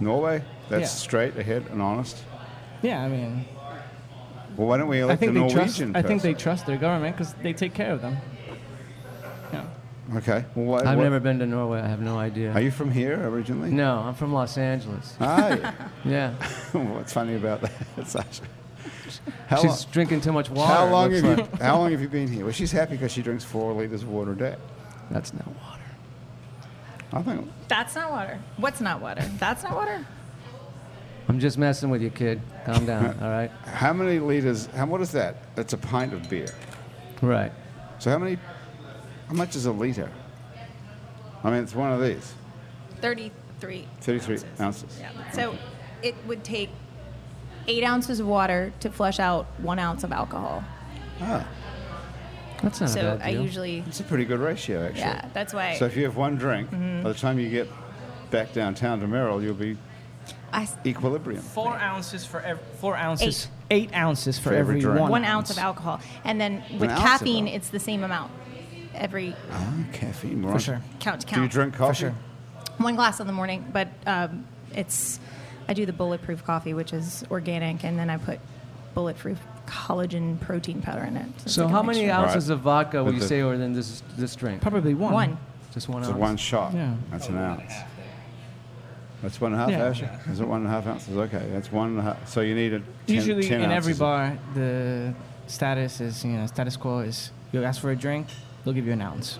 A: Norway. That's
C: Yeah.
A: straight ahead and honest.
C: Yeah, I mean,
A: Well, why don't we
C: I
A: elect a
C: think they
A: Norwegian
C: trust.
A: person?
C: I think they trust their government because they take care of them. Yeah.
A: Okay. Well, what,
D: I've
A: what-
D: never been to Norway. I have no idea.
A: Are you from here originally?
D: No, I'm from Los Angeles.
A: Hi.
D: Yeah.
A: What's funny about that, Sasha? How, lo-
D: She's drinking too much water.
A: how
D: it
A: long
D: looks
A: have you
D: like.
A: How long have you been here? Well, she's happy because she drinks four liters of water a day.
D: That's not water.
A: I think.
B: That's not water. What's not water? That's not water.
D: I'm just messing with you, kid. Calm down, all right?
A: How many liters? How what is that? That's a pint of beer.
D: Right.
A: So how many? How much is a liter? I mean, it's one of these.
B: 33
A: 33 ounces.
B: Yeah. So it would take eight ounces of water to flush out one ounce of alcohol.
A: Ah,
D: That's not a
B: so
D: bad
B: I
D: deal.
B: usually,
A: it's a pretty good ratio, actually.
B: yeah, that's why Mm-hmm.
A: So if you have one drink, by the time you get back downtown to Merrill, you'll be
B: I s-
A: equilibrium.
C: Four ounces for every. Four ounces. Eight, ounces for,
A: For every
C: every,
A: drink.
C: one.
B: one ounce of alcohol. And then with
A: ounce of
B: caffeine,
A: al-
B: it's the same amount every
A: Ah, caffeine. right.
C: For sure.
B: count to count.
A: Do you drink coffee?
C: sure.
B: One glass in the morning, but um, it's, I do the bulletproof coffee, which is organic, and then I put bulletproof collagen protein powder in it. it's
D: So
B: like a
D: how many
B: mixture.
D: ounces
A: Right.
D: of vodka
A: With
D: will you
A: the-
D: say are in this, this drink?
C: Probably one.
B: One.
D: Just one
A: It's a
D: ounce.
A: one shot.
C: Yeah.
A: That's an ounce. That's one and a half
C: Yeah.
A: Asher? Is it one and a half ounces? Okay, that's one and a half. So you need a ten,
C: Usually
A: 10
C: in
A: ounces
C: every
A: of-
C: bar, the status is you know status quo is you ask for a drink, they'll give you an ounce.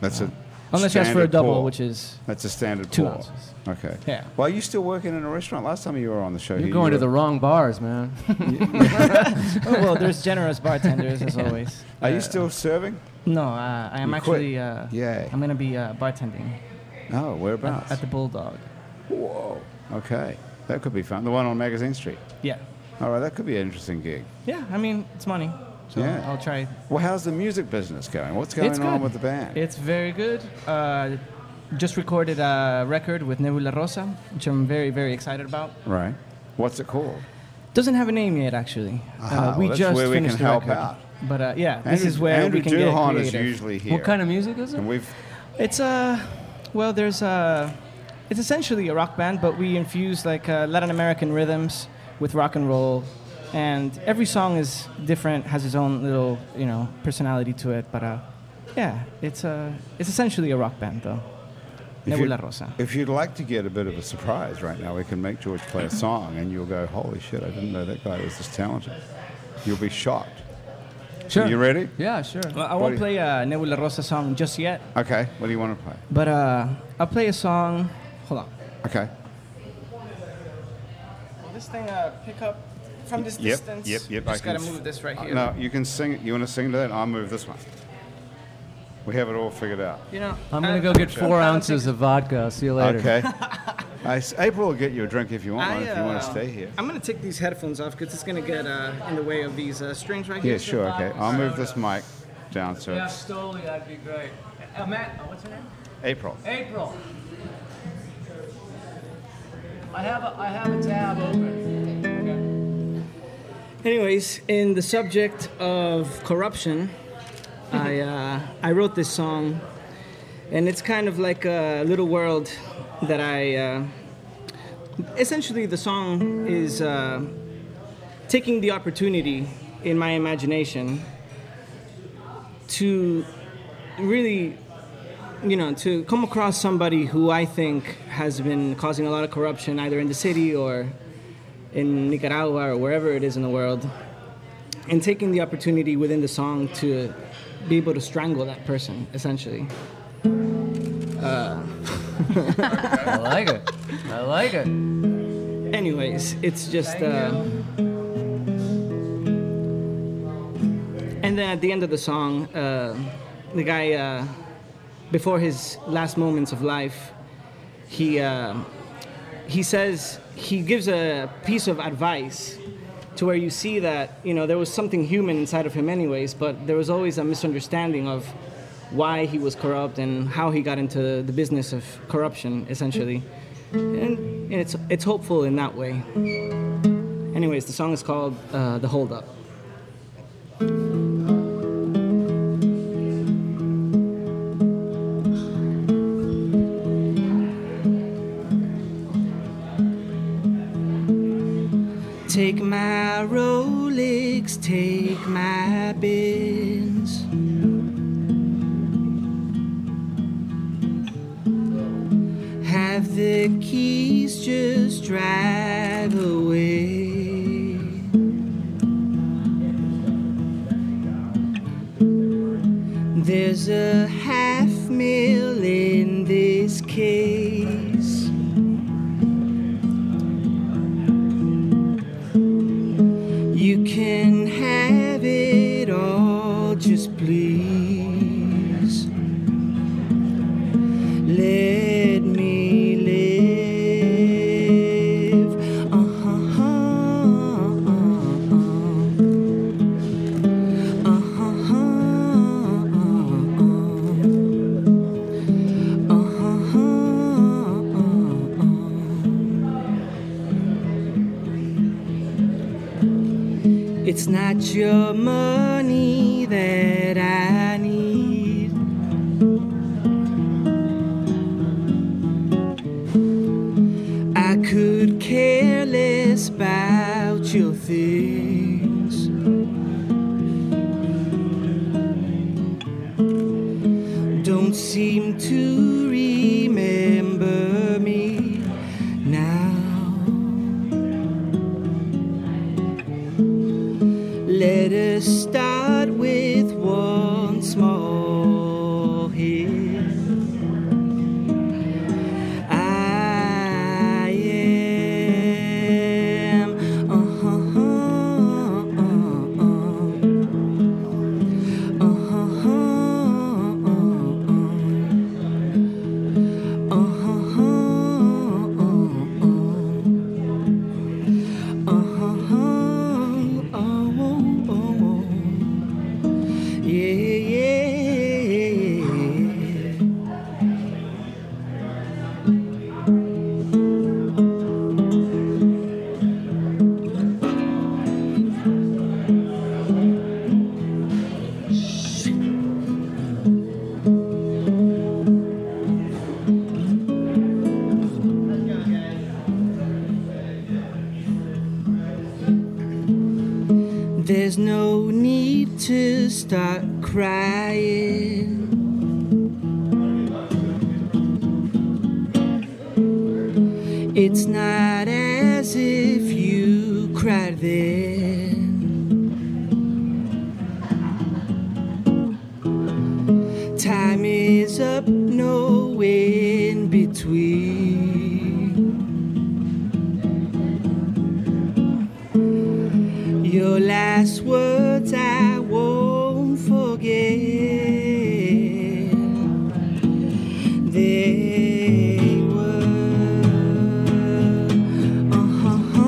A: That's a
C: Unless you ask for a
A: standard
C: double,
A: pour.
C: which is
A: That's a standard
C: Two
A: pour.
C: ounces.
A: Okay.
C: Yeah.
A: Well, you still working in a restaurant? Last time you were on the show,
D: You're
A: here,
D: going
A: you
D: to the
A: were-
D: wrong bars, man.
C: oh, well, there's generous bartenders as always.
A: Are you still serving?
C: No, uh, I am
A: You quit.
C: actually. Uh,
A: Yay.
C: I'm gonna be uh, bartending
A: Oh,
C: at,
A: whereabouts?
C: at the Bulldog.
A: Whoa. Okay, that could be fun. The one on Magazine Street.
C: Yeah,
A: All right, that could be an interesting gig.
C: yeah. I mean, it's money, so
A: Yeah.
C: I'll try.
A: Well, how's the music business going? What's going
C: it's
A: on
C: good.
A: with the band?
C: It's very good. Uh, just recorded a record with Nebula Rosa, which I'm very very excited about.
A: right. What's it called?
C: Doesn't have a name yet, actually. Uh,
A: Ah,
C: we
A: well, that's
C: just
A: where we
C: finished
A: can
C: the
A: help
C: record.
A: out.
C: But uh, yeah, this
A: Andrew-
C: is where
A: Andrew
C: we can
A: Duhon
C: get
A: is
C: creative.
A: usually here.
D: What kind of music is it?
A: And we've
C: It's uh, well, there's uh, it's essentially a rock band, but we infuse like uh, Latin American rhythms with rock and roll, and every song is different, has its own little you know personality to it. But uh, yeah, it's uh, it's essentially a rock band though.
A: If you-
C: Nebula Rosa.
A: If you'd like to get a bit of a surprise right now, we can make George play a song and you'll go, holy shit, I didn't know that guy was this talented. You'll be shocked.
D: Sure.
A: You ready?
D: Yeah, sure.
C: Well,
A: What
C: I
A: do
C: won't
A: you-
C: play a Nebula Rosa song just yet,
A: Okay, what do you want to play?
C: but uh, I'll play a song. Hold on.
A: Okay.
C: Will this thing uh, pick up from this
A: Yep,
C: distance?
A: yep, yep. I
C: Just
A: can
C: gotta
A: s-
C: move this right
A: Uh,
C: here.
A: No, you can sing it. You want to sing to that? I'll move this one. We have it all figured out.
C: You know,
D: I'm
C: I-
D: gonna go get four
C: I don't
D: ounces
C: think-
D: of vodka. I'll see you later.
A: Okay. I s April will get you a drink if you want one,
C: I,
A: if you want
C: uh,
A: to stay here.
C: I'm gonna take these headphones off because it's gonna get uh, in the way of these uh, strings right here.
A: Yeah, sure, okay. I'll move this mic down so it's
D: Stoli, that'd be great. Uh, Matt, what's her name?
A: April.
D: April. I have a, I have a tab open.
C: Anyways, in the subject of corruption, I uh, I wrote this song, and it's kind of like a little world that I. Uh, essentially, the song is uh, taking the opportunity in my imagination to really you know, to come across somebody who I think has been causing a lot of corruption either in the city or in Nicaragua or wherever it is in the world, and taking the opportunity within the song to be able to strangle that person, essentially.
D: I like it. I like it.
C: Anyways, it's just. Uh, and then at the end of the song, uh, the guy, uh, before his last moments of life, he uh, he says he gives a piece of advice to where you see that you know there was something human inside of him anyways, but there was always a misunderstanding of why he was corrupt and how he got into the business of corruption essentially and it's it's hopeful in that way anyways the song is called uh, the hold up Take my Rolex, take my bins. Have the keys, just drive away. There's a half mil in this case. You can have it all, just please. Let me live. Uh-huh. Uh-huh. uh-huh, Uh-huh, uh-huh. It's not your money that I need. I could care less about your things. Don't seem to remember me now. Let us start with one small hit. I am. Uh-huh, uh-huh, uh-huh, uh-huh, uh-huh, crying. It's not as if you cried then. Time is up, no in between. Your last words I won't forget. They were. Uh-huh,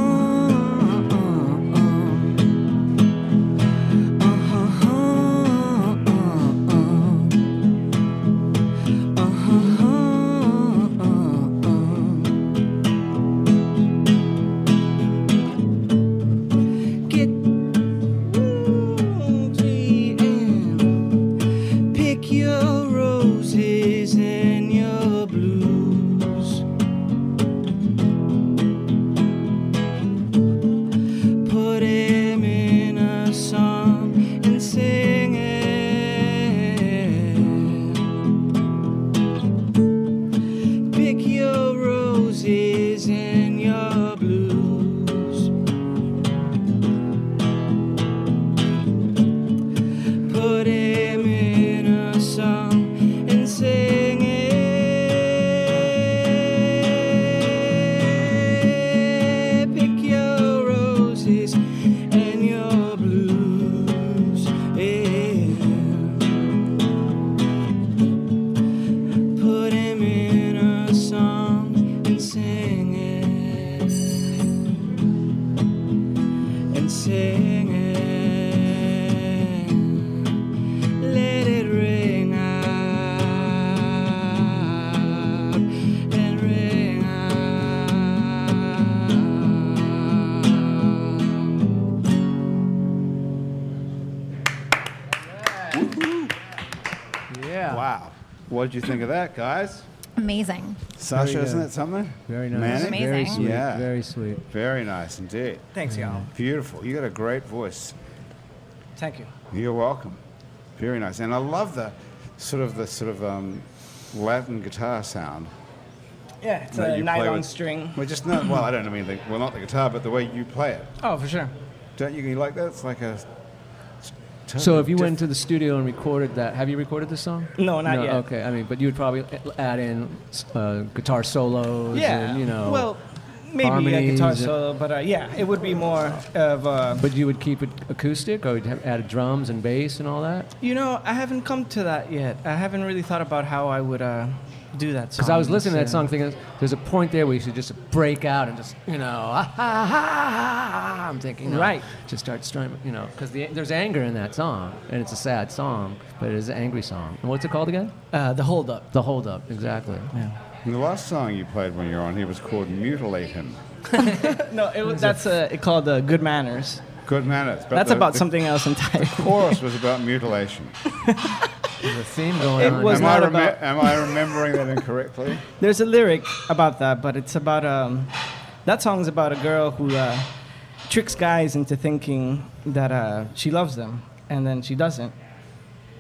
C: uh-uh, uh-uh. Uh-huh, uh-uh. Get woolly and pick your roses and your blues. Put 'em in a song and sing it. Pick your roses and your blues. put him in a song and sing it. Pick your roses and your blues. Yeah. Put him in a song and sing it and sing it. Let it ring out and ring out.
D: Yeah.
A: Wow. What did you think of that, guys?
B: Amazing.
A: Sasha,
D: Very
A: isn't
D: good.
A: that something?
D: Very nice.
A: Manic?
B: Amazing.
D: Very sweet.
A: Yeah.
D: Very sweet.
A: Very nice indeed.
F: Thanks, y'all.
A: Beautiful. You got a great voice.
F: Thank you.
A: You're welcome. Very nice. And I love the sort of the sort of um, Latin guitar sound.
F: Yeah, it's
A: that
F: a
A: you play
F: nylon
A: with-
F: string.
A: Well, just not. Well, I don't mean the, well, not the guitar, but the way you play it.
F: Oh, for sure.
A: Don't you, you like that? It's like a. it's totally
D: So if you went
A: diff-
D: into the studio and recorded that, have you recorded this song?
F: No, not
D: no,
F: yet.
D: Okay, I mean, but you would probably add in uh, guitar solos.
F: Yeah.
D: and, you know.
F: Well, maybe a guitar
D: harmonies and-
F: solo, but uh, yeah, it would be more of a.
D: But you would keep it acoustic, or you'd have added drums and bass and all that.
F: You know, I haven't come to that yet. I haven't really thought about how I would uh, do that song.
D: Because I was listening to that
F: so-
D: song, thinking, there's a point there where you should just break out and just, you know, ah, ha, ha, ha, ha," I'm thinking, no,
F: Right.
D: Just start strumming, you know, because the, there's anger in that song, and it's a sad song, but it is an angry song. And what's it called again?
F: Uh, the Hold Up.
D: The Hold Up, exactly.
A: And the last song you played when you were on here was called "Mutilate Him."
F: No, it, was- that's uh, it called uh, Good Manners.
A: Good manners. But
F: That's
A: the-
F: about
A: the
F: something else entirely.
A: Chorus was about mutilation.
D: There's a theme going
F: It
D: on.
F: was-
A: am, I
F: not
A: reme-
F: about-
A: am I remembering that incorrectly?
F: There's a lyric about that, but it's about um, that song's about a girl who uh, tricks guys into thinking that uh, she loves them, and then she doesn't.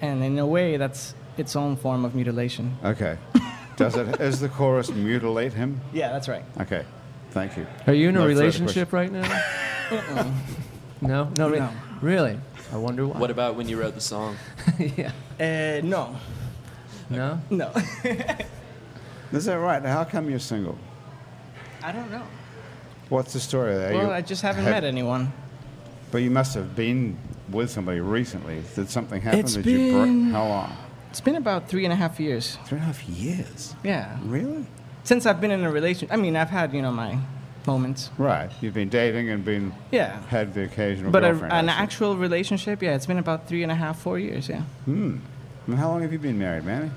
F: And in a way, that's its own form of mutilation.
A: Okay. Does it? Is the chorus mutilate him?
F: Yeah, that's right.
A: Okay. Thank you.
D: Are you in a
A: No further
D: relationship right now? no? No, re-
F: Uh-uh. No.
D: really? I wonder why.
E: What about when you wrote the song?
D: yeah.
F: Uh, no,
D: No?
F: no,
A: Is that right? How come you're single?
F: I don't know.
A: What's the story there?
F: Well,
A: You-
F: I just haven't
A: have-
F: met anyone.
A: But you must have been with somebody recently. Did something happen?
F: It's
A: Did you break?
F: been-
A: How long?
F: It's been about three and a half years.
A: Three and a half years.
F: Yeah,
A: Really?
F: since I've been in a relationship. I mean, I've had you know my moments.
A: Right. You've been dating and been
F: Yeah.
A: had the occasional
F: But a,
A: girlfriend.
F: an
A: actually.
F: actual relationship, yeah, it's been about three and a half, four years, yeah.
A: And How long have you been married, Manny?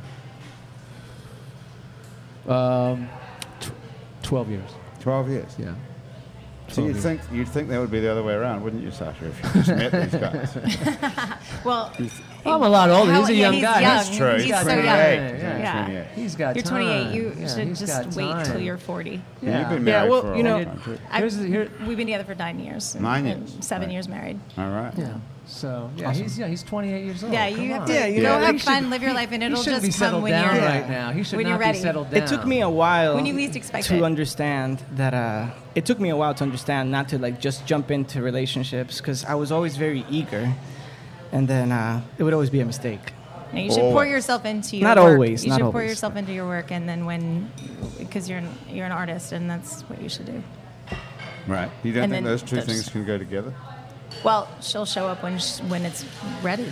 D: Um, tw- 12 years.
A: Twelve years.
D: Yeah.
A: So you'd
D: 12 years.
A: think you'd think that would be the other way around, wouldn't you, Sasha? If you just met these guys.
B: Well,
D: I'm a lot older.
B: How-
D: He's a
B: yeah,
D: young
B: he's
D: guy.
B: young.
A: That's true.
B: He's
A: He's
B: so
A: pretty
B: young.
A: young.
D: Yeah, yeah,
B: Yeah.
A: 28.
D: He's got
B: You're
D: time.
B: 28. You
D: Yeah,
B: should
D: he's
B: just
D: got
B: wait till
D: time.
B: you're 40.
A: Yeah, you've been
C: Yeah,
A: married
C: well,
A: for a
C: you know-
A: long time, too.
B: I've-
D: Here's the- here-
B: We've been together for nine years.
A: Nine
B: And
A: years.
B: Seven
A: Right.
B: years married.
A: All right.
D: Yeah. So yeah, he's yeah, he's 28 years old.
B: Oh, Yeah, you
D: Come
B: have
D: on.
B: to
C: Yeah, you
B: go
C: know,
B: have
D: he
B: fun,
D: should-
B: live your life, and
D: He
B: it'll
D: should
B: just
D: be
B: come
D: settled
B: when
D: down
B: you're
D: right now. He should
B: when
D: not
B: you're
D: be
B: ready.
D: settled down.
C: It took me a while
B: When you least expect
C: to
B: it.
C: understand that. Uh, it took me a while to understand not to like just jump into relationships because I was always very eager, and then uh, it would always be a mistake.
B: No, you should pour
A: Always.
B: yourself into your
C: Not
B: work.
C: always,
B: You
C: not
B: should pour
C: always.
B: yourself into your work, and then when, because you're an, you're an artist, and that's what you should do.
A: Right. You don't
B: And
A: think
B: then
A: those two
B: there's-
A: things can go together?
B: Well, she'll show up when sh- when it's ready.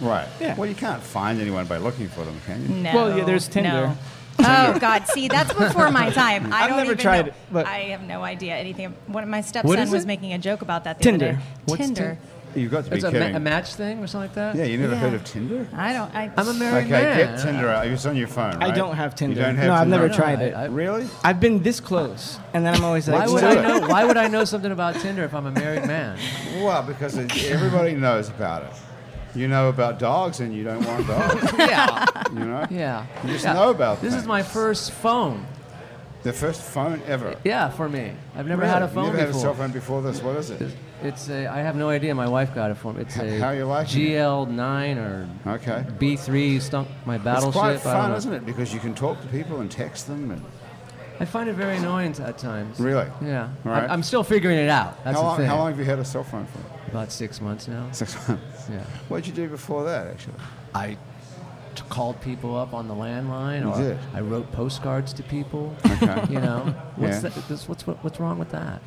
A: Right.
C: Yeah.
A: Well, you can't find anyone by looking for them, can you?
B: No.
C: Well, yeah, there's Tinder.
B: No. Oh God! See, that's before my time. I
C: I've
B: don't
C: never
B: even
C: tried
B: know.
C: it, but-
B: I have no idea anything. One of my
C: What
B: stepson
C: is
B: was
C: it?
B: making a joke about that the
C: Tinder.
B: other day.
C: What's
B: Tinder.
A: You've got to be
D: It's a, ma-
A: kidding.
D: a match thing or something like that.
A: yeah, you never
B: Yeah.
A: heard of Tinder?
B: I don't. I,
D: I'm a married
A: Okay,
D: man.
A: get Tinder out. It's on your phone, right?
C: I don't have Tinder.
A: You don't have
C: no, I've
A: Tinder?
C: never
D: No,
C: tried
D: I-
C: it.
D: I-
A: Really?
C: I've been this close, and then I'm always
D: Why
C: like,
D: would
A: Like,
D: I know? Why would I know something about Tinder if I'm a married man?
A: Well, because it, everybody knows about it. You know about dogs, and you don't want dogs.
D: yeah.
A: you know.
D: Yeah.
A: You just
D: Yeah.
A: know about
D: This is
A: things.
D: my first phone.
A: The first phone ever.
D: Yeah, for me. I've never had a
A: Really?
D: phone
A: You never had a
D: before.
A: cell phone before this. What is it?
D: It's a. I have no idea. My wife got it for me. It's a
A: How you liking it?
D: GL9 or
A: Okay.
D: B3 stunk my battleship.
A: It's quite
D: I don't
A: fun,
D: know.
A: isn't it? Because you can talk to people and text them. And
D: I find it very annoying t- at times.
A: Really?
D: Yeah.
A: All right.
D: I, am still figuring it out. That's
A: how,
D: the
A: long,
D: thing.
A: how long have you had a cell phone for?
D: About six months now.
A: Six months.
D: Yeah.
A: What did you do before that, actually?
D: I t- called people up on the landline,
A: You
D: or
A: did.
D: I wrote postcards to people.
A: Okay.
D: You know, what's
A: Yeah.
D: that, this, what's what, what's wrong with that?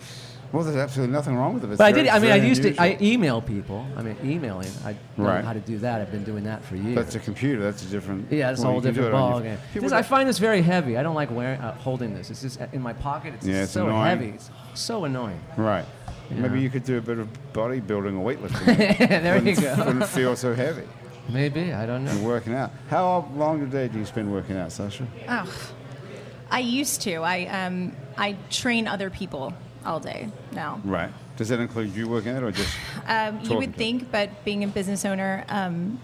A: Well, there's absolutely nothing wrong with it. It's
D: But I
A: very-
D: did. I mean, I
A: very
D: used to. I
A: unusual.
D: email people. I mean, emailing. I don't
A: Right.
D: know how to do that. I've been doing that for years.
A: That's a computer. That's a different.
D: yeah, it's a
A: well,
D: whole
A: you can do
D: different
A: it on your-
D: ballgame.
A: People
D: This-
A: do-
D: I find this very heavy. I don't like wearing, uh, holding this. It's just in my pocket. It's,
A: Yeah,
D: just
A: it's
D: so
A: annoying.
D: heavy. It's so annoying.
A: Right. Maybe
D: Yeah.
A: you could do a bit of bodybuilding or weightlifting.
D: there you
A: Wouldn't-
D: go.
A: Wouldn't feel so heavy.
D: Maybe I don't know.
A: You're working out. How long a day do you spend working out, Sasha?
B: Oh, I used to. I um, I train other people all day now.
A: Right. Does that include you working out or just?
B: Um, you
A: Talking
B: would
A: to-
B: think, but being a business owner um,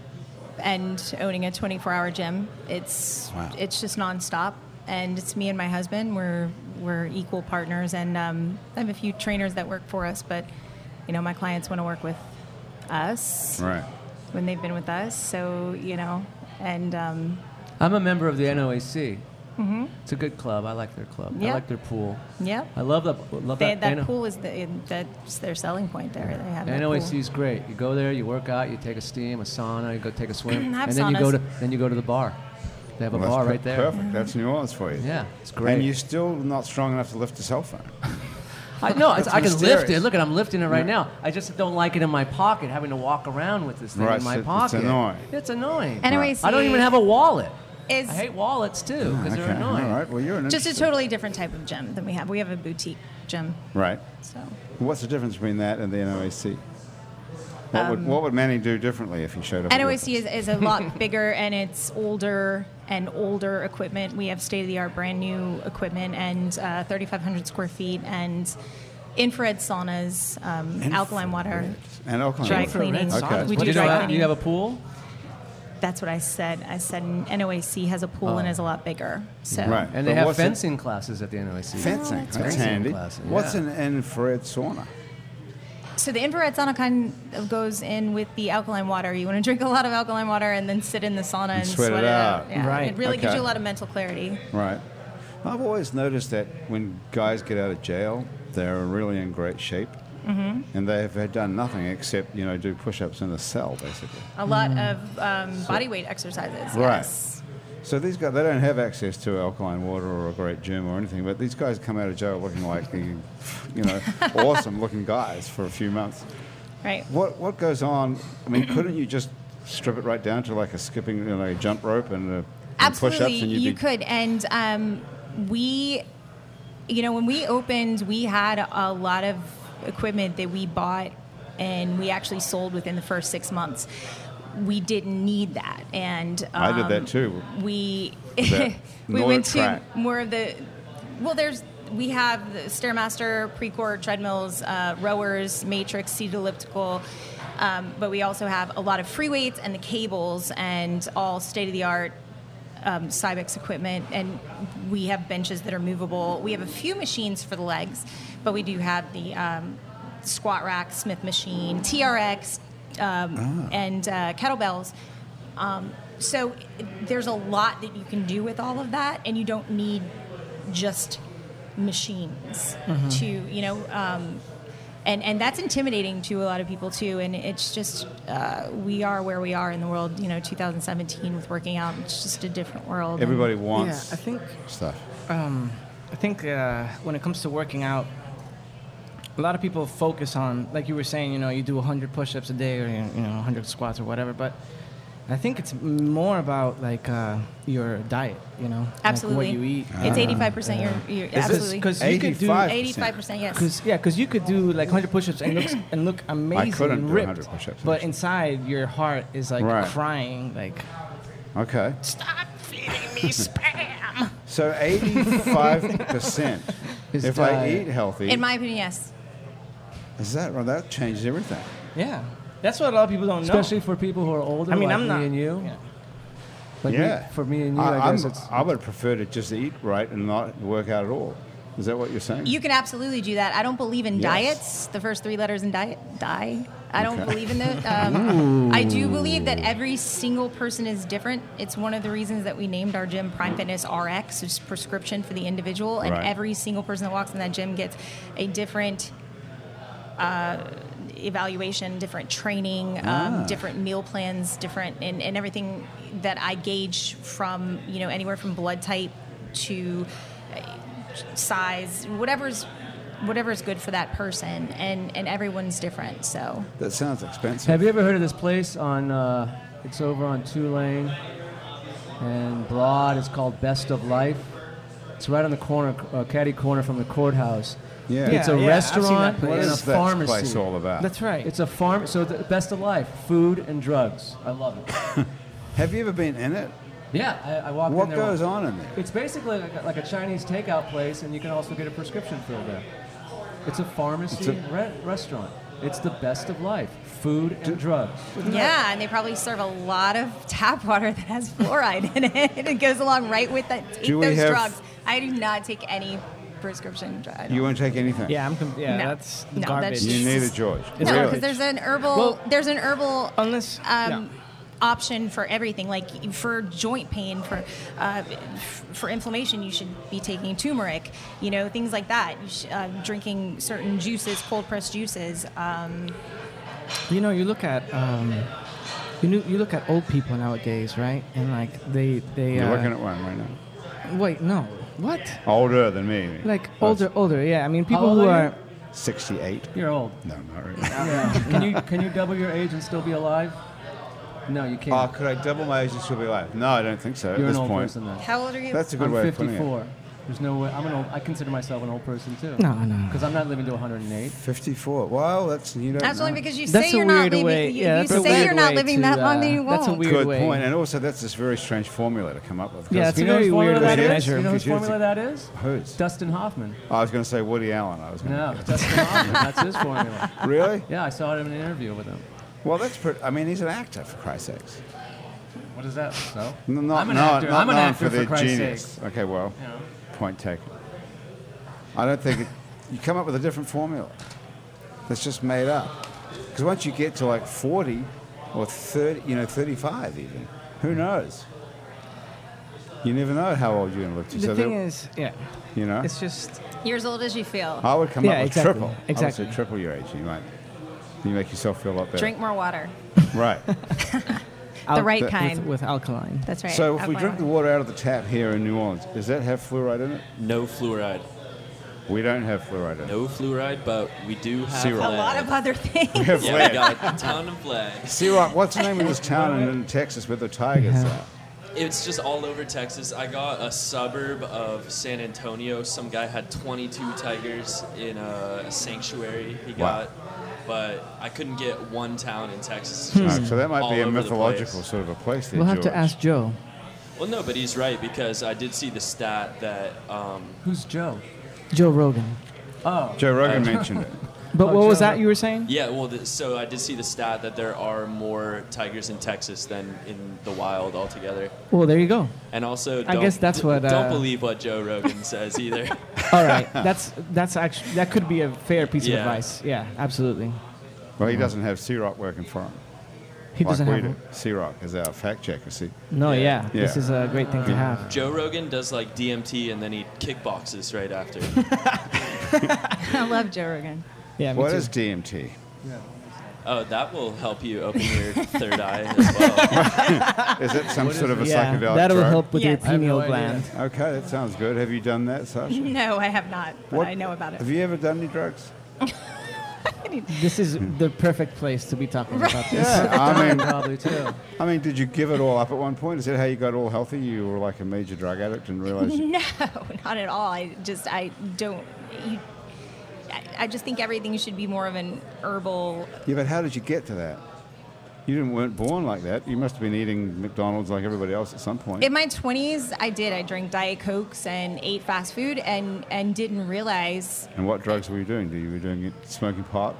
B: and owning a 24-hour gym, it's
A: Wow.
B: it's just nonstop. And it's me and my husband. We're we're equal partners, and um, I have a few trainers that work for us. But you know, my clients want to work with us
A: Right.
B: when they've been with us. So you know, and um,
D: I'm a member of the NOAC.
B: Mm-hmm.
D: It's a good club. I like their club. I
B: Yeah.
D: like their pool.
B: yeah.
D: I love the love
B: They,
D: that.
B: that
D: NO
B: pool is the, that's their selling point there. They have that
D: NOAC
B: pool.
D: is great. You go there, you work out, you take a steam, a sauna, you go take a swim,
B: I have
D: and then you go
B: saunas.
D: to then you go to the bar. They have a
A: Well, that's
D: bar
A: per-
D: right there.
A: Perfect. That's New Orleans for you.
D: Yeah, it's great.
A: And you're still not strong enough to lift a cell phone.
D: I, no, it's, I can lift it.
A: mysterious.
D: Look, at I'm lifting it right now. I just don't like it in my pocket, having to walk around with this thing
A: Right,
D: in my
A: so it's
D: pocket.
A: annoying.
D: It's annoying.
B: NOAC.
D: I don't even have a wallet.
B: Is
D: I hate wallets too because they're
A: All
D: annoying.
A: right. Well, you're an
B: just a
A: interesting-
B: totally different type of gym than we have. We have a boutique gym,
A: Right.
B: so
A: What's the difference between that and the NOAC? What, would, what would Manny do differently if he showed up? at your
B: NOAC is, is Um, a lot bigger and it's older and older equipment. We have state of the art, brand new equipment and uh, 3,500 square feet and infrared saunas, um, alkaline water.
A: And Oakland.
B: Dry cleaning.
A: Okay.
B: We
D: What
B: do
D: you know
B: dry
D: that?
B: cleaning.
D: You have a pool?
B: That's what I said. I said NOAC has a pool and is a lot bigger. So
A: Right.
D: And they
A: But
D: have
A: what's it-
D: fencing classes at the NOAC.
A: Fencing.
D: It's
A: That's
D: fencing
A: handy.
D: classes,
A: What's
D: yeah.
A: an infrared sauna?
B: So the infrared sauna kind of goes in with the alkaline water. You want to drink a lot of alkaline water and then sit in the sauna and,
A: sweat it out.
B: Yeah.
C: Right.
B: It really gives
A: Okay.
B: you a lot of mental clarity.
A: Right. I've always noticed that when guys get out of jail, they're really in great shape. Mm-hmm. And they have done nothing except, you know, do push ups in a cell, basically.
B: A lot of um, body weight exercises.
A: Mm. Right.
B: Yes.
A: So these guys, they don't have access to alkaline water or a great gym or anything, but these guys come out of jail looking like, the, you know, awesome looking guys for a few months.
B: Right.
A: What, what goes on? I mean, couldn't you just strip it right down to like a skipping, you know, a jump rope and, a, and
B: Absolutely,
A: push-ups and you'd
B: you
A: be
B: could. And um, we, you know, when we opened, we had a lot of equipment that we bought and we actually sold within the first six months. We didn't need that, and um,
A: I did that too.
B: We
A: that
B: we
A: Nordic
B: went to
A: track.
B: more of the well. There's we have the stairmaster, pre-cord treadmills, uh, rowers, matrix, seated elliptical. Um, but we also have a lot of free weights and the cables and all state of the art um, Cybex equipment, and we have benches that are movable. We have a few machines for the legs, but we do have the um, squat rack, Smith machine, TRX, um, and uh, kettlebells. Um, so there's a lot that you can do with all of that, and you don't need just machines to, you know, um, and and that's intimidating to a lot of people too. And it's just uh, we are where we are in the world. You know, 2017 with working out, it's just a different world.
A: Everybody
C: Yeah,
A: wants
C: I think
A: stuff.
C: Um, I think uh, when it comes to working out, a lot of people focus on, like you were saying, you know, you do 100 push-ups a day or you know 100 squats or whatever. But I think it's more about like uh, your diet, you know,
B: Absolutely,
C: like what you eat.
B: It's 85 percent. You're, you're absolutely
C: Because you could do
A: 85%?
B: 85 percent. Yes.
C: Cause, yeah, because you could do like 100 push-ups and look and look amazing
A: couldn't
C: and
A: do
C: ripped,
A: 100 push-ups,
C: but
A: actually.
C: inside your heart is like
A: Right.
C: crying, like
A: Okay.
C: stop feeding me spam.
A: So 85%.
D: His
A: if I
D: diet.
A: eat healthy,
B: In my opinion, yes.
A: is that right? That changes everything.
C: Yeah, that's what a lot of people don't know.
D: Especially for people who are older,
C: I mean,
D: like
C: I'm
D: me
C: not.
D: and you.
C: yeah.
D: Like me-
A: yeah.
D: for me and you,
A: I,
D: I, guess
A: I'm-
D: it's.
A: I would prefer to just eat right and not work out at all. Is that what you're saying?
B: You can absolutely do that. I don't believe in
A: Yes.
B: diets. The first three letters in diet, die. I don't
A: Okay.
B: believe in those. Um, I do believe that every single person is different. It's one of the reasons that we named our gym Prime Fitness RX, which is prescription for the individual. And
A: Right.
B: every single person that walks in that gym gets a different uh, evaluation, different training, um, different meal plans, different and, and everything that I gauge from you know anywhere from blood type to uh, size, whatever's whatever's good for that person, and and everyone's different. So
A: that sounds expensive.
D: Have you ever heard of this place on? Uh, it's over on Tulane and Broad. It's called Best of Life. It's right on the corner, uh, caddy corner from the courthouse.
A: Yeah.
D: It's a
C: Yeah, yeah, I've seen that
D: restaurant
C: place.
A: what
D: and a
A: is that
D: pharmacy.
A: place all about?
C: That's right.
D: It's a farm. So the Best of Life, food and drugs. I love it.
A: Have you ever been in it?
D: yeah, I, I walked
A: What
D: in there.
A: goes on in there?
D: It's basically like a, like a Chinese takeout place, and you can also get a prescription filled there. It's a pharmacy
A: It's a-
D: re- restaurant. It's the best of life, food and drugs.
B: yeah, and they probably serve a lot of tap water that has fluoride in it. It goes along right with that. Take
A: Do we
B: those
A: have-
B: drugs. I do not take any prescription. dr- I don't-
A: You won't take anything.
C: Yeah, I'm. Com- yeah,
B: No.
C: that's
B: No,
C: garbage.
B: that's
A: You need a George.
C: It's
B: no,
A: Really?
B: because there's an herbal.
C: Well-
B: there's an herbal.
C: Unless-
B: um,
C: yeah.
B: option for everything, like for joint pain, for uh, f- for inflammation, you should be taking turmeric. You know, things like that. You sh- uh, drinking certain juices, cold pressed juices. Um,
C: You know, you look at um, you know, you look at old people nowadays, right? And like they they
A: You're
C: uh,
A: looking at one right now.
C: wait no what
A: Older than me.
C: like
A: Oh,
C: older older yeah. I mean people
D: old
C: who
D: are
C: are,
D: you?
A: 68.
D: You're old.
A: No, not really.
D: can you can you double your age and still be alive? No, you can't.
A: oh, could I double my age and still be alive? No, I don't think so at
D: You're an
A: this
D: old
A: point.
D: person now.
B: how old are you?
A: That's a good
D: I'm
A: way of putting it.
D: 54. There's no way. I'm an old. I consider myself an old person too.
C: No, no.
D: Because I'm not living to 108.
A: 54. Wow, that's you don't
B: that's
A: know.
B: only because you
C: That's
B: say
C: a
B: you're not
C: weird
B: living.
C: way-
B: you-
C: yeah,
B: you
C: that's a
B: say
C: weird
B: you're not
C: way
B: living
C: to,
B: that long,
C: uh,
B: then you won't.
C: that's a weird-
A: good
C: way.
A: point. And also, that's this very strange formula to come up with. because
C: Yeah, it's
D: you know
C: very
D: whose formula
C: weird
D: that
C: way to
D: is?
C: measure
D: You know whose
A: efficiency.
D: formula that is?
A: Who's?
D: Dustin Hoffman.
A: I was going to say Woody Allen. I was going
D: No,
A: to.
D: Dustin Hoffman. That's his formula.
A: Really?
D: Yeah, I saw it in an interview with him.
A: Well, that's pretty. I mean, he's an actor for Christ's sakes.
D: What is that? So
A: No, not,
D: I'm an
A: not,
D: actor.
A: not
D: I'm an
A: known
D: actor
A: for,
D: for
A: their
D: Christ's
A: genius.
D: sakes.
A: Okay, well, point taken. I don't think it, you come up with a different formula that's just made up. Because once you get to like 40 or 30, you know, 35 even, who knows? You never know how old you're going to look.
C: the
A: so
C: thing
A: there-
C: is yeah,
A: you know,
C: it's just
B: You're as old as you feel.
A: I would come
C: Yeah,
A: up with
C: exactly,
A: triple. I would
C: exactly.
A: say triple your age. You might, you make yourself feel a lot better.
B: Drink more water.
A: Right.
C: al-
B: right
C: with-
B: kind.
C: with, alkaline.
B: That's right.
A: so if we
B: alkaline
A: drink the
B: water.
A: water out of the tap here in New Orleans, does that have fluoride in it?
E: No fluoride.
A: We don't have fluoride in it.
E: No fluoride, but we do have
A: Zero.
B: a
E: lead.
B: lot of other things.
A: We have
E: yeah,
A: lead.
E: we got a ton of lead.
A: See what? What's the name of this town in, in Texas where the Tigers
C: Yeah.
E: It's just all over Texas. I got a suburb of San Antonio. Some guy had 22 tigers in a, a sanctuary he
A: Wow.
E: got, but I couldn't get one town in Texas.
A: are?
E: Just
A: so that might
E: all
A: be a
E: over the
A: mythological
E: place.
A: sort of a place there,
C: We'll have
A: George.
C: to ask Joe.
E: Well, no, but he's right because I did see the stat that um,
D: who's Joe?
C: Joe Rogan.
A: Joe Rogan mentioned it.
C: But what was
D: Coachella.
C: that you were saying?
E: Yeah, well, th so I did see the stat that there are more tigers in Texas than in the wild altogether.
C: Well, there you go.
E: And also,
C: I
E: don't-
C: guess that's
E: d-
C: what,
E: don't
C: uh,
E: believe what Joe Rogan says either.
C: All right, that's that's actually that could be a fair piece of
E: Yeah.
C: advice. Yeah, absolutely.
A: Well, he doesn't have C Rock working for him.
C: He doesn't
A: like
C: have.
A: we
C: one.
A: do. C Rock is our fact checker, see?
C: No, yeah.
A: Yeah.
C: This is a great thing to have.
E: Joe Rogan does like DMT and then he kickboxes right after.
B: I love Joe Rogan.
C: Yeah, me
A: What
C: too.
A: is DMT?
E: oh, that will help you open your third eye as well.
A: Is it some sort of a
C: yeah,
A: psychedelic
C: that'll
A: drug?
C: help with
B: Yes. I
C: your
D: have
C: pineal
D: no idea.
C: gland.
A: Okay, that sounds good. Have you done that, Sasha?
B: No, I have not, but
A: What-
B: I know about it.
A: Have you ever done any drugs?
C: This is the perfect place to be talking about this.
A: Yeah, I mean,
D: Probably too.
A: I mean, did you give it all up at one point? Is that how you got all healthy? You were like a major drug addict and realized you
B: No, not at all. I just I don't. You, I, I just think everything should be more of an herbal.
A: Yeah, but how did you get to that? You didn't weren't born like that. You must have been eating McDonald's like everybody else at some point.
B: In my twenties, I did. I drank diet cokes and ate fast food, and and didn't realize
A: and what drugs were you doing? Did you were doing it smoking pot?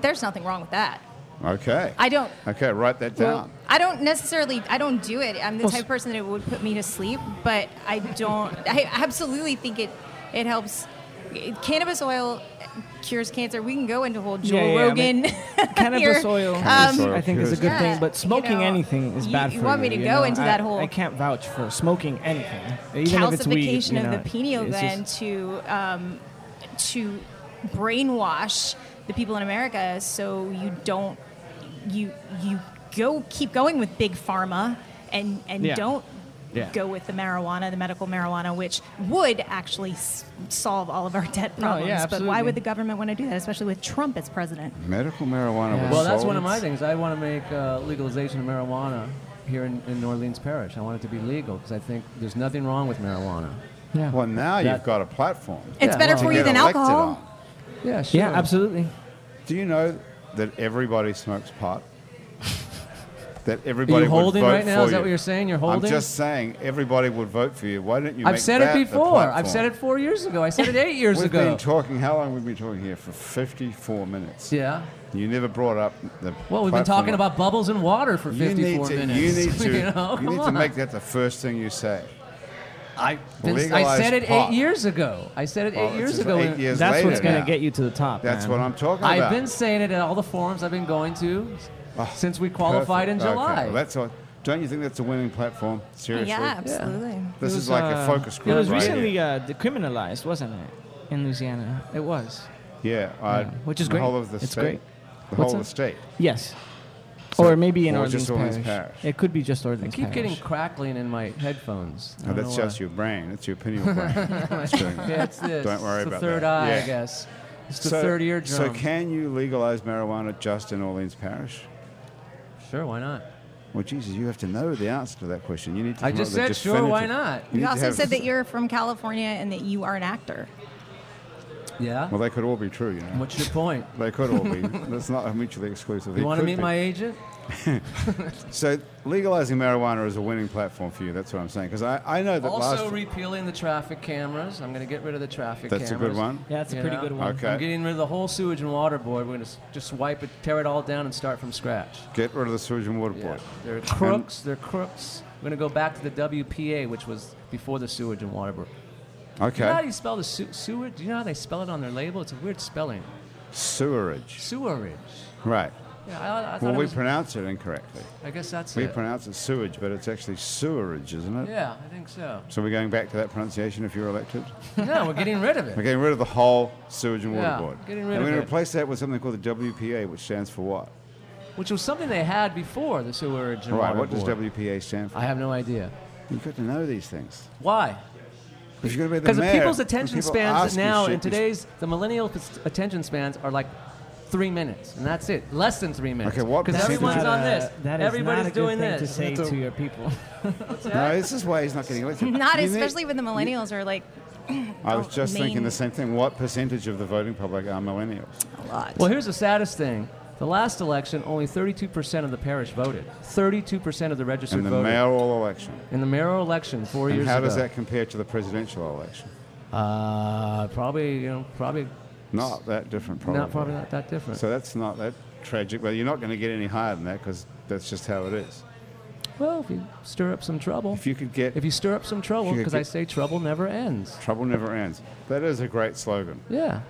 B: there's nothing wrong with that.
A: Okay.
B: I don't.
A: okay, write that down.
B: I don't necessarily. I don't do it. I'm the
C: Well,
B: type
C: s-
B: of person that it would put me to sleep, but I don't. I absolutely think it. It helps. Cannabis oil cures cancer. We can go into whole Joe
C: Yeah, yeah, I
B: Rogan.
C: mean, Cannabis
B: here.
C: oil,
A: Cannabis oil
C: I think, is a good
B: cures.
C: thing,
B: Yeah,
C: but smoking
B: you know,
C: anything is
B: you-
C: bad
B: you
C: for
B: want me to go
C: know?
B: into
C: I-
B: that whole-
C: I can't vouch for smoking anything, even if it's weed.
B: calcification
C: you
B: of
C: know,
B: the pineal
C: it's just-
B: gland to um, to brainwash the people in America so you don't you you go keep going with big pharma and and
C: Yeah.
B: don't
C: Yeah.
B: go with the marijuana the medical marijuana which would actually s- solve all of our debt
C: No,
B: problems
C: yeah,
B: but why
C: absolutely.
B: would the government want to do that especially with Trump as president
A: Medical marijuana
C: Yeah.
A: was
D: Well, that's
A: sold.
D: one of my things. I want to make uh, legalization of marijuana here in, in New Orleans Parish. I want it to be legal because I think there's nothing wrong with marijuana.
C: yeah.
A: Well, now you've
D: That-
A: got a platform.
B: it's
D: Yeah,
B: better
D: well,
A: to
B: for you
A: get
B: than
A: elected
B: alcohol
A: on.
D: Yeah, sure.
C: yeah, absolutely.
A: Do you know that everybody smokes pot? that everybody
D: you
A: would
D: holding
A: vote
D: right now?
A: for
D: Is that
A: you.
D: what you're saying? You're
A: I'm
D: holding?
A: just saying everybody would vote for you. Why don't you?
D: I've
A: make
D: said
A: that
D: it
A: the
D: before. I've
A: platform?
D: said it four years ago. I said it eight years
A: We've
D: ago.
A: been talking. How long have we been talking here? For 54 minutes.
D: yeah.
A: You never brought up the.
D: Well, we've
A: platform.
D: been talking about bubbles and water for
A: You need
D: 54
A: to.
D: minutes.
A: You need to.
D: you know,
A: you
D: come
A: need to
D: on.
A: make that the first thing you say.
D: I, this- I
A: legalized
D: said it
A: pot.
D: eight years ago. I said it
A: Well,
D: eight
A: it's
D: years
A: just
D: ago.
A: Eight years
C: That's
A: later
C: what's going
A: now.
C: to get you to the top.
A: That's
C: man.
A: what I'm talking
D: I've
A: about. Ah,
D: been saying it at all the forums I've been going to since we qualified in
A: Perfect. Okay,
D: July.
A: well, that's all. Don't you think that's a winning platform? Seriously.
B: yeah absolutely
A: This is
C: It was,
A: like a
C: uh,
A: focus group.
C: It was
A: right
C: recently
A: here.
C: uh, decriminalized, wasn't it, in Louisiana? It was.
D: uh,
A: Yeah, I-
C: yeah, which is
A: the
C: great.
A: Whole of the
C: It's
A: state,
C: great.
A: The
C: What's
A: whole of the state.
C: that? Yes.
A: So-
C: or maybe in
A: or
C: Orleans,
A: just
C: Parish.
A: Orleans Parish.
C: It could be just Orleans
D: I keep
C: Parish.
D: getting crackling in my headphones. I
A: No,
D: don't
A: Oh, that's
D: know
A: just your brain. That's your pineal brain. It's doing
D: why.
A: that.
D: Yeah, it's this.
A: Don't worry
D: it's
A: about
D: the third
A: that.
D: eye,
A: Yeah.
D: I guess. It's the third ear
A: So
D: drum.
A: can you legalize marijuana just in Orleans Parish?
D: sure, why not?
A: Well, Jesus, you have to know the answer to that question. You need to.
D: I
A: come
D: just
A: up with a
D: said, sure, why
A: definitive-
D: not?
A: need
B: you
A: to
B: also
A: have-
B: said that you're from California and that you are an actor
D: Yeah.
A: Well, they could all be true, you know.
D: What's your point?
A: They could all be. That's not a mutually exclusive. They
D: You want to
A: could
D: meet
A: be.
D: my agent?
A: So legalizing marijuana is a winning platform for you. That's what I'm saying. Because I, I know that
D: Also
A: last.
D: repealing the traffic cameras. I'm going to get rid of the traffic
A: that's a
D: cameras.
A: good one.
C: Yeah, that's a
D: You
C: pretty
D: know?
C: good one.
A: Okay.
D: I'm getting rid of the whole sewage and water board. We're going to just wipe it, tear it all down, and start from scratch.
A: Get rid of the sewage and water board.
D: They're crooks. They're crooks. We're going to go back to the WPA, which was before the sewage and water board. Do you know how
A: Okay.
D: you spell the su- sewage? Do you know how they spell it on their label? It's a weird spelling.
A: Sewerage.
D: Sewerage.
A: Right.
D: Yeah, I, I thought
A: Well,
D: it
A: we
D: was,
A: pronounce it incorrectly.
D: I guess that's
A: We
D: it.
A: pronounce it sewage, but it's actually sewerage, isn't it?
D: yeah, I think so.
A: So we're going back to that pronunciation if you're elected.
D: No, we're getting rid of
A: We're
D: it.
A: getting rid of the whole sewage and water
D: Yeah,
A: board.
D: getting rid
A: and we're going
D: of it.
A: to replace that with something called the WPA, which stands for what?
D: Which was something they had before the sewerage and
A: right.
D: water
A: What does
D: board.
A: WPA stand for?
D: I have no idea.
A: You've got to know these things.
D: Why?
A: Because you're going to be the
D: Because
A: mayor,
D: people's
A: when
D: attention
A: people
D: spans
A: ask you
D: now
A: shit,
D: in
A: you
D: today's the millennial p- attention spans are like three minutes, and that's it. Less than three minutes.
A: Okay, walk us
D: because
A: through
D: everyone's
A: that.
D: on this.
C: That is
D: Everybody's
C: not a good
D: doing
C: thing
D: this.
C: to say to your people.
A: No, this is why he's not getting elected.
B: not
A: You need-
B: especially when the millennials are like
A: I was
B: don't
A: just thinking
B: mean-
A: the same thing. What percentage of the voting public are millennials?
B: a lot
D: Well, here's the saddest thing. The last election, only 32% of the parish voted. 32% of the registered
A: In the
D: voted
A: mayoral election.
D: in the mayoral election four
A: And
D: years
A: how
D: ago.
A: does that compare to the presidential election?
D: Uh, probably, you know, probably
A: Not that different, probably.
D: Not probably not that different.
A: So that's not that tragic. Well, you're not going to get any higher than that because that's just how it is.
D: well, if you stir up some trouble,
A: If you could get
D: if you stir up some trouble,
A: If you
D: because
A: get-
D: I say trouble never ends.
A: trouble never ends. That is a great slogan.
D: Yeah,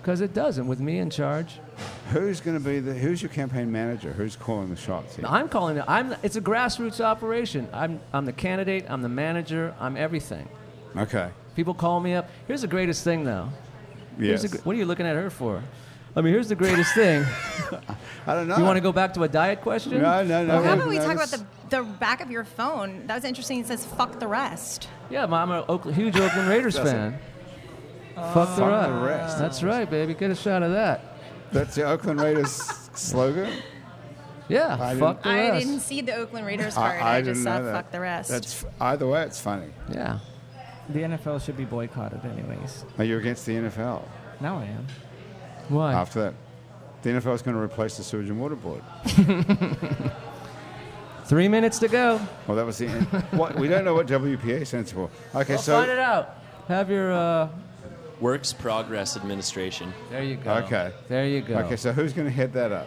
D: because it doesn't with me in charge.
A: Who's going to be the who's your campaign manager? Who's calling the shots here?
D: I'm calling it. I'm. It's a grassroots operation. I'm. I'm the candidate. I'm the manager. I'm everything.
A: Okay.
D: People call me up. Here's the greatest thing, though.
A: Yes.
D: Here's the gr- what are you looking at her for? I mean, here's the greatest thing.
A: I don't know.
D: You want to go back to a diet question?
A: No, no, no.
B: Well, how about we
A: no,
B: talk about
A: this-
B: the, the back of your phone? That was interesting. It says, fuck the rest.
D: Yeah, I'm a Oak- huge Oakland Raiders
A: That's
D: fan. Fuck the
A: Fuck
D: rest.
A: the rest.
D: That's right, baby. Get a shot of that.
A: That's the Oakland Raiders slogan.
D: Yeah,
A: I
D: fuck the
B: I
D: rest.
B: didn't see the Oakland Raiders part. I, just saw fuck the rest.
A: That's either way, it's funny.
D: Yeah.
C: The NFL should be boycotted, anyways.
A: Are you against the NFL?
C: Now I am.
D: Why?
A: After that, the NFL is going to replace the Sewage and Water Board.
D: Three minutes to go.
A: Well, that was the end. what, we don't know what WPA stands for. Okay,
D: We'll
A: so
D: find it out. Have your. Uh,
E: Works Progress Administration.
D: there you go.
A: Okay.
D: There you go.
A: okay, so who's going to head that up?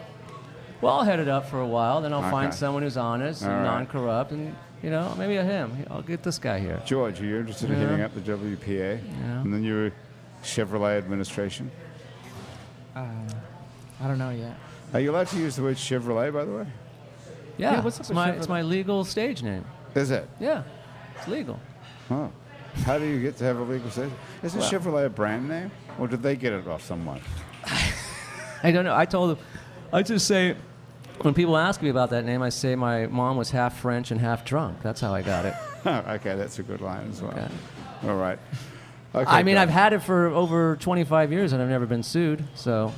D: Well, I'll head it up for a while. Then I'll find
A: Okay.
D: someone who's honest
A: All
D: and
A: right.
D: non-corrupt, and you know, maybe him. I'll get this guy here.
A: George, are you interested in
D: Yeah.
A: heading up the WPA
D: Yeah.
A: and the new Chevrolet administration?
C: Um, I don't know yet.
A: Are you allowed to use the word Chevrolet, by the way?
D: Yeah.
C: what's up
D: it's
C: with
D: my
C: Chevrolet?
D: it's my legal stage name.
A: Is it?
D: Yeah. It's legal.
A: Huh. How do you get to have a legal station? Isn't
D: Well-
A: Chevrolet a brand name, or did they get it off someone?
D: I don't know. I told him. I just say, when people ask me about that name, I say my mom was half French and half drunk. That's how I got it.
A: okay, that's a good line as well.
D: Okay.
A: All right. Okay,
D: I mean,
A: good.
D: I've had it for over 25 years and I've never been sued, so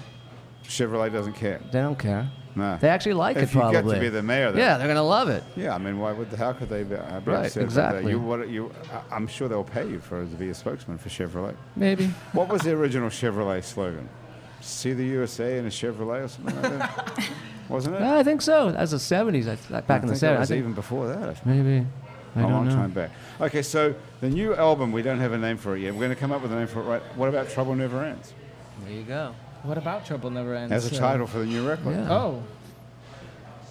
A: Chevrolet doesn't care.
D: they don't care.
A: No.
D: They actually like
A: if
D: it,
A: you
D: probably.
A: get to be the mayor, then
D: yeah, they're gonna love it.
A: Yeah, I mean, why would the, how could they be, uh, be upset
D: Right,
A: about that?
D: exactly.
A: You, what, you, I- I'm sure they'll pay you for to be a spokesman for Chevrolet.
D: Maybe.
A: What was the original Chevrolet slogan? See the USA in a Chevrolet or something like that? Wasn't it?
D: Yeah, I think so. That was the 70s. I, th- back in the
A: I think
D: 70s.
A: It
D: I
A: was
D: think
A: even before that. I think.
D: maybe. I
A: a
D: don't
A: long
D: know.
A: time back. Okay, so the new album, we don't have a name for it yet. We're going to come up with a name for it, right? What about Trouble Never Ends?
D: There you go.
C: What about Trouble Never Ends?
A: As a
C: Uh,
A: title for the new record.
D: Yeah.
C: Oh.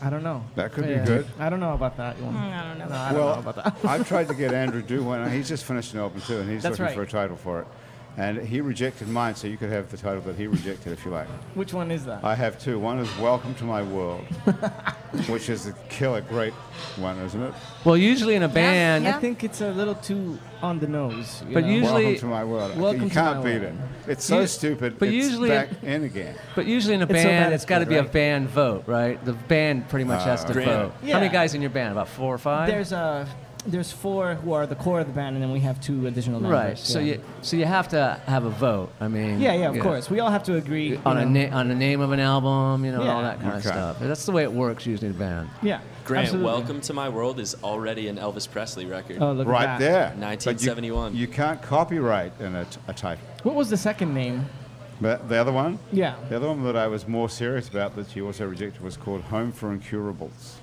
C: I don't know.
A: That could be good.
C: I don't know about that one.
B: I don't know.
C: No, I don't
A: Well,
C: know about that.
A: I've tried to get Andrew Dewan. He's just finished an album too, and he's
C: That's
A: looking
C: right.
A: for a title for it. And he rejected mine, so you could have the title that he rejected if you like.
C: Which one is that?
A: I have two. One is Welcome to My World, which is a killer great one, isn't it?
D: Well, usually in a band,
B: yeah.
C: I think it's a little too on the nose. you
D: But
C: know?
D: usually-
A: Welcome to My World.
C: Welcome
A: you
C: to
A: can't
C: My
A: beat
C: World.
A: it. It's so
D: You-
A: stupid.
D: but
A: it's
D: usually-
A: back in again.
D: but usually in a
C: It's so
D: band,
C: bad
D: it's
C: it's
D: got to
C: good,
D: be a
C: right?
D: band vote, right? The band pretty much
A: Uh,
D: has to
E: Grand.
D: vote. How
C: Yeah.
D: many guys in your band? About four or five.
C: there's uh, there's four who are the core of the band, and then we have two additional members.
D: Right. So
C: yeah.
D: you so you have to have a vote. I mean.
C: Yeah, yeah, of course. We all have to agree
D: On
C: you
D: a
C: know.
D: na- on the name of an album, you know,
C: Yeah.
D: all that kind of
A: Okay.
D: stuff. That's the way it works usually in a band.
C: Yeah.
E: Grant,
C: absolutely.
E: Welcome to My World is already an Elvis Presley record.
C: Oh, look at
A: Right
C: that.
A: there. But you-
E: 1971.
A: You, can't copyright in a, t- a title.
C: What was the second name?
A: But the other one?
C: Yeah.
A: The other one that I was more serious about that you also rejected was called Home for Incurables.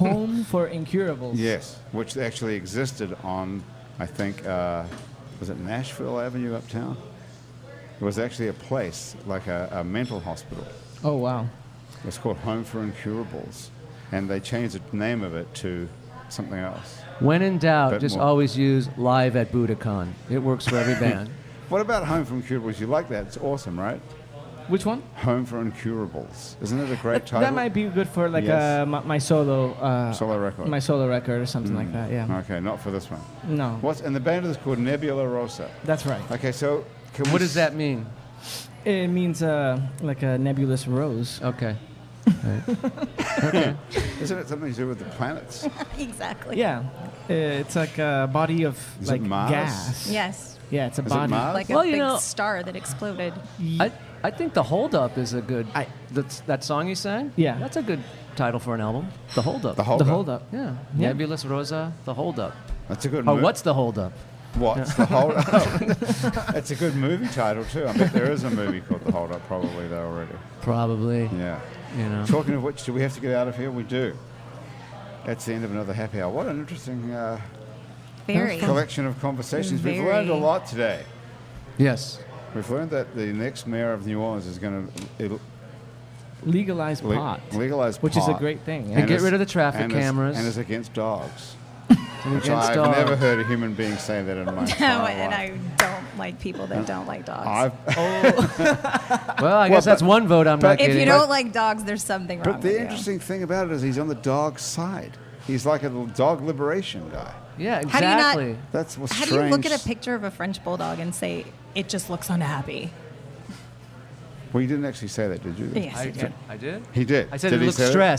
C: Home for Incurables.
A: Yes, which actually existed on, I think, uh, was it Nashville Avenue uptown? It was actually a place, like a, a mental hospital.
C: Oh, wow.
A: It was called Home for Incurables. And they changed the name of it to something else.
D: When in doubt,
A: Bit
D: just
A: more.
D: always use live at Budokan. It works for every band.
A: What about Home for Incurables? You like that? It's awesome, right?
C: Which one?
A: Home for Incurables. Isn't it a great
C: That,
A: title?
C: that might be good for like
A: Yes.
C: uh, my, my solo uh,
A: Solo record. Mm.
C: my solo record or something like that. Yeah.
A: Okay, not for this one.
C: No.
A: What's and the band is called Nebula Rosa.
C: That's right.
A: Okay, so can
D: what
A: we
D: does that mean?
C: It means uh, like a nebulous rose.
D: Okay.
A: Isn't it something to do with the planets?
B: exactly.
C: Yeah. Uh, It's like a body of
A: Is it
C: like
A: Mars?
C: gas.
B: Yes.
C: Yeah, it's a
A: Is it
C: body.
A: Mars?
B: Like
D: Well,
B: a
D: you
B: big
D: know-
B: star that exploded.
D: I, I think the hold up is a good. I, that's, that song you sang.
C: Yeah.
D: That's a good title for an album. The hold up.
A: The hold
C: the
A: up.
C: hold up.
D: Yeah.
C: Yeah.
D: Nebulous Rosa. The hold up.
A: That's a good.
D: Oh,
A: mo-
D: what's the hold up?
A: what's the hold up? That's a good movie title too. I bet there is a movie called The Hold Up probably though already.
D: Probably.
A: Yeah.
D: You know.
A: Talking of which, do we have to get out of here? We do. That's the end of another happy hour. What an interesting uh,
B: Very.
A: collection of conversations. We've
B: Very.
A: learned a lot today.
D: Yes.
A: We've learned that the next mayor of New Orleans is going to
C: Legalize
A: Le-
C: pot.
A: legalize
C: Which is
A: pot.
C: a great thing.
D: And
C: Yeah.
D: get
A: is-
D: rid of the traffic
A: and is-
D: cameras.
A: and is against dogs.
D: Against
A: So I've
D: dogs.
A: never heard a human being say that in my entire
B: No,
A: life.
B: and I don't like people that don't like dogs.
A: I've-
D: Well, I
A: but-
D: guess that's one vote I'm not
A: but-
B: if
D: getting.
B: you don't like dogs, there's something wrong
A: but the
B: with
A: interesting thing about it is he's on the dog side. He's like a little dog liberation guy.
D: yeah,
B: How do you not-
D: exactly.
A: That's what's
B: you. How do
A: strange.
B: you look at a picture of a French bulldog and say it just looks unhappy?
A: Well, you didn't actually say that, did you?
B: Yes,
D: I,
B: it did.
D: I did.
A: He did.
D: I said
A: did
D: it
A: he
D: looked
A: say that?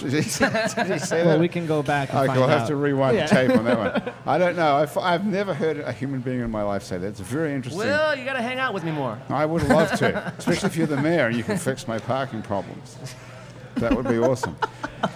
A: Did he say did he say
C: Well,
A: that?
C: we can go back and
A: Okay,
C: find
A: we'll
C: out.
A: have to rewind
C: Yeah.
A: the tape on that one. I don't know. I've, I've never heard a human being in my life say that. It's very interesting.
D: Well, you got to hang out with me more.
A: I would love to, especially if you're the mayor and you can fix my parking problems. That would be awesome.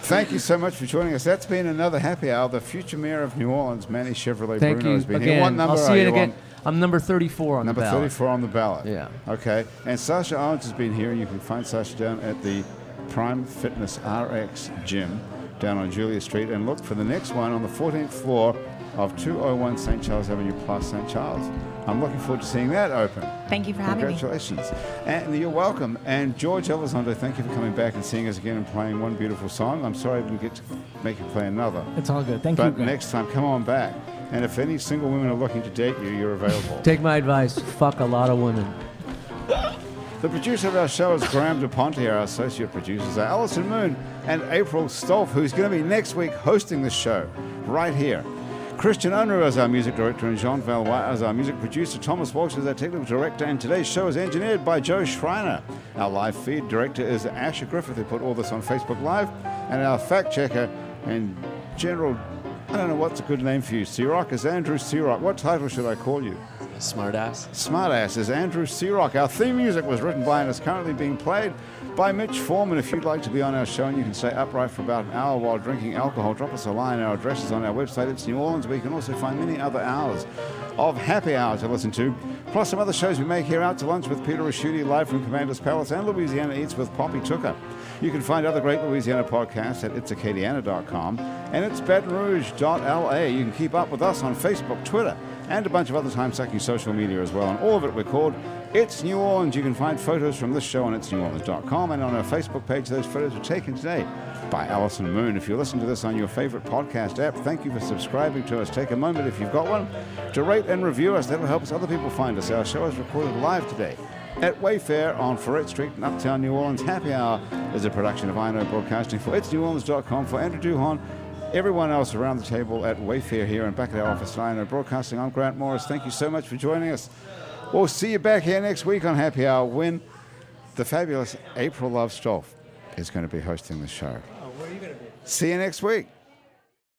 A: Thank you so much for joining us. That's been another happy hour. The future mayor of New Orleans, Manny Chevrolet
D: Thank
A: Bruno,
D: you
A: has been
D: again.
A: here. What number
D: I'll see
A: are
D: it
A: you
D: again.
A: on?
D: I'm number 34 on
A: Number
D: the ballot.
A: 34 on the ballot.
D: Yeah.
A: Okay. And Sasha Owens has been here. You can find Sasha down at the Prime Fitness RX gym down on Julia Street and look for the next one on the 14th floor of 201 St. Charles Avenue plus St. Charles. I'm looking forward to seeing that open.
B: Thank you for having me.
A: Congratulations. And you're welcome. And George Elizondo, thank you for coming back and seeing us again and playing one beautiful song. I'm sorry I didn't get to make you play another.
C: It's all good. Thank you.
A: But
C: Grant.
A: next time, come on back. And if any single women are looking to date you, you're available.
D: Take my advice. Fuck a lot of women.
A: The producer of our show is Graham DePonte. Our associate producers are Alison Moon and April Stolf, who's going to be next week hosting the show right here. Christian Unruh is our music director and Jean Valois is our music producer. Thomas Walsh is our technical director, and today's show is engineered by Joe Schreiner. Our live feed director is Asher Griffith, who put all this on Facebook Live, and our fact checker and general. I don't know what's a good name for you. Siroc is Andrew Siroc. What title should I call you?
E: Smartass.
A: Smartass is Andrew Searock. Our theme music was written by and is currently being played by Mitch Foreman. If you'd like to be on our show and you can stay upright for about an hour while drinking alcohol, drop us a line. Our address is on our website, it's New Orleans, where you can also find many other hours of happy hour to listen to, plus some other shows we make here out to lunch with Peter Raschuti live from Commander's Palace and Louisiana Eats with Poppy Tooker. You can find other great Louisiana podcasts at itsacadiana.com and it's batonrouge.la. You can keep up with us on Facebook, Twitter, and a bunch of other time-sucking social media as well. And all of it we're called It's New Orleans. You can find photos from this show on itsneworleans.com and on our Facebook page. Those photos were taken today by Alison Moon. If you listen to this on your favorite podcast app, thank you for subscribing to us. Take a moment, if you've got one, to rate and review us. That'll help us other people find us. Our show is recorded live today. At Wayfair on Ferret Street in Uptown New Orleans, Happy Hour is a production of INO Broadcasting for itsneworleans.com for Andrew Duhon everyone else around the table at Wayfair here and back at our office line at Broadcasting. I'm Grant Morris. Thank you so much for joining us. We'll see you back here next week on Happy Hour when the fabulous April Love Stolf is going to be hosting the show. where are you going to be? See you next week.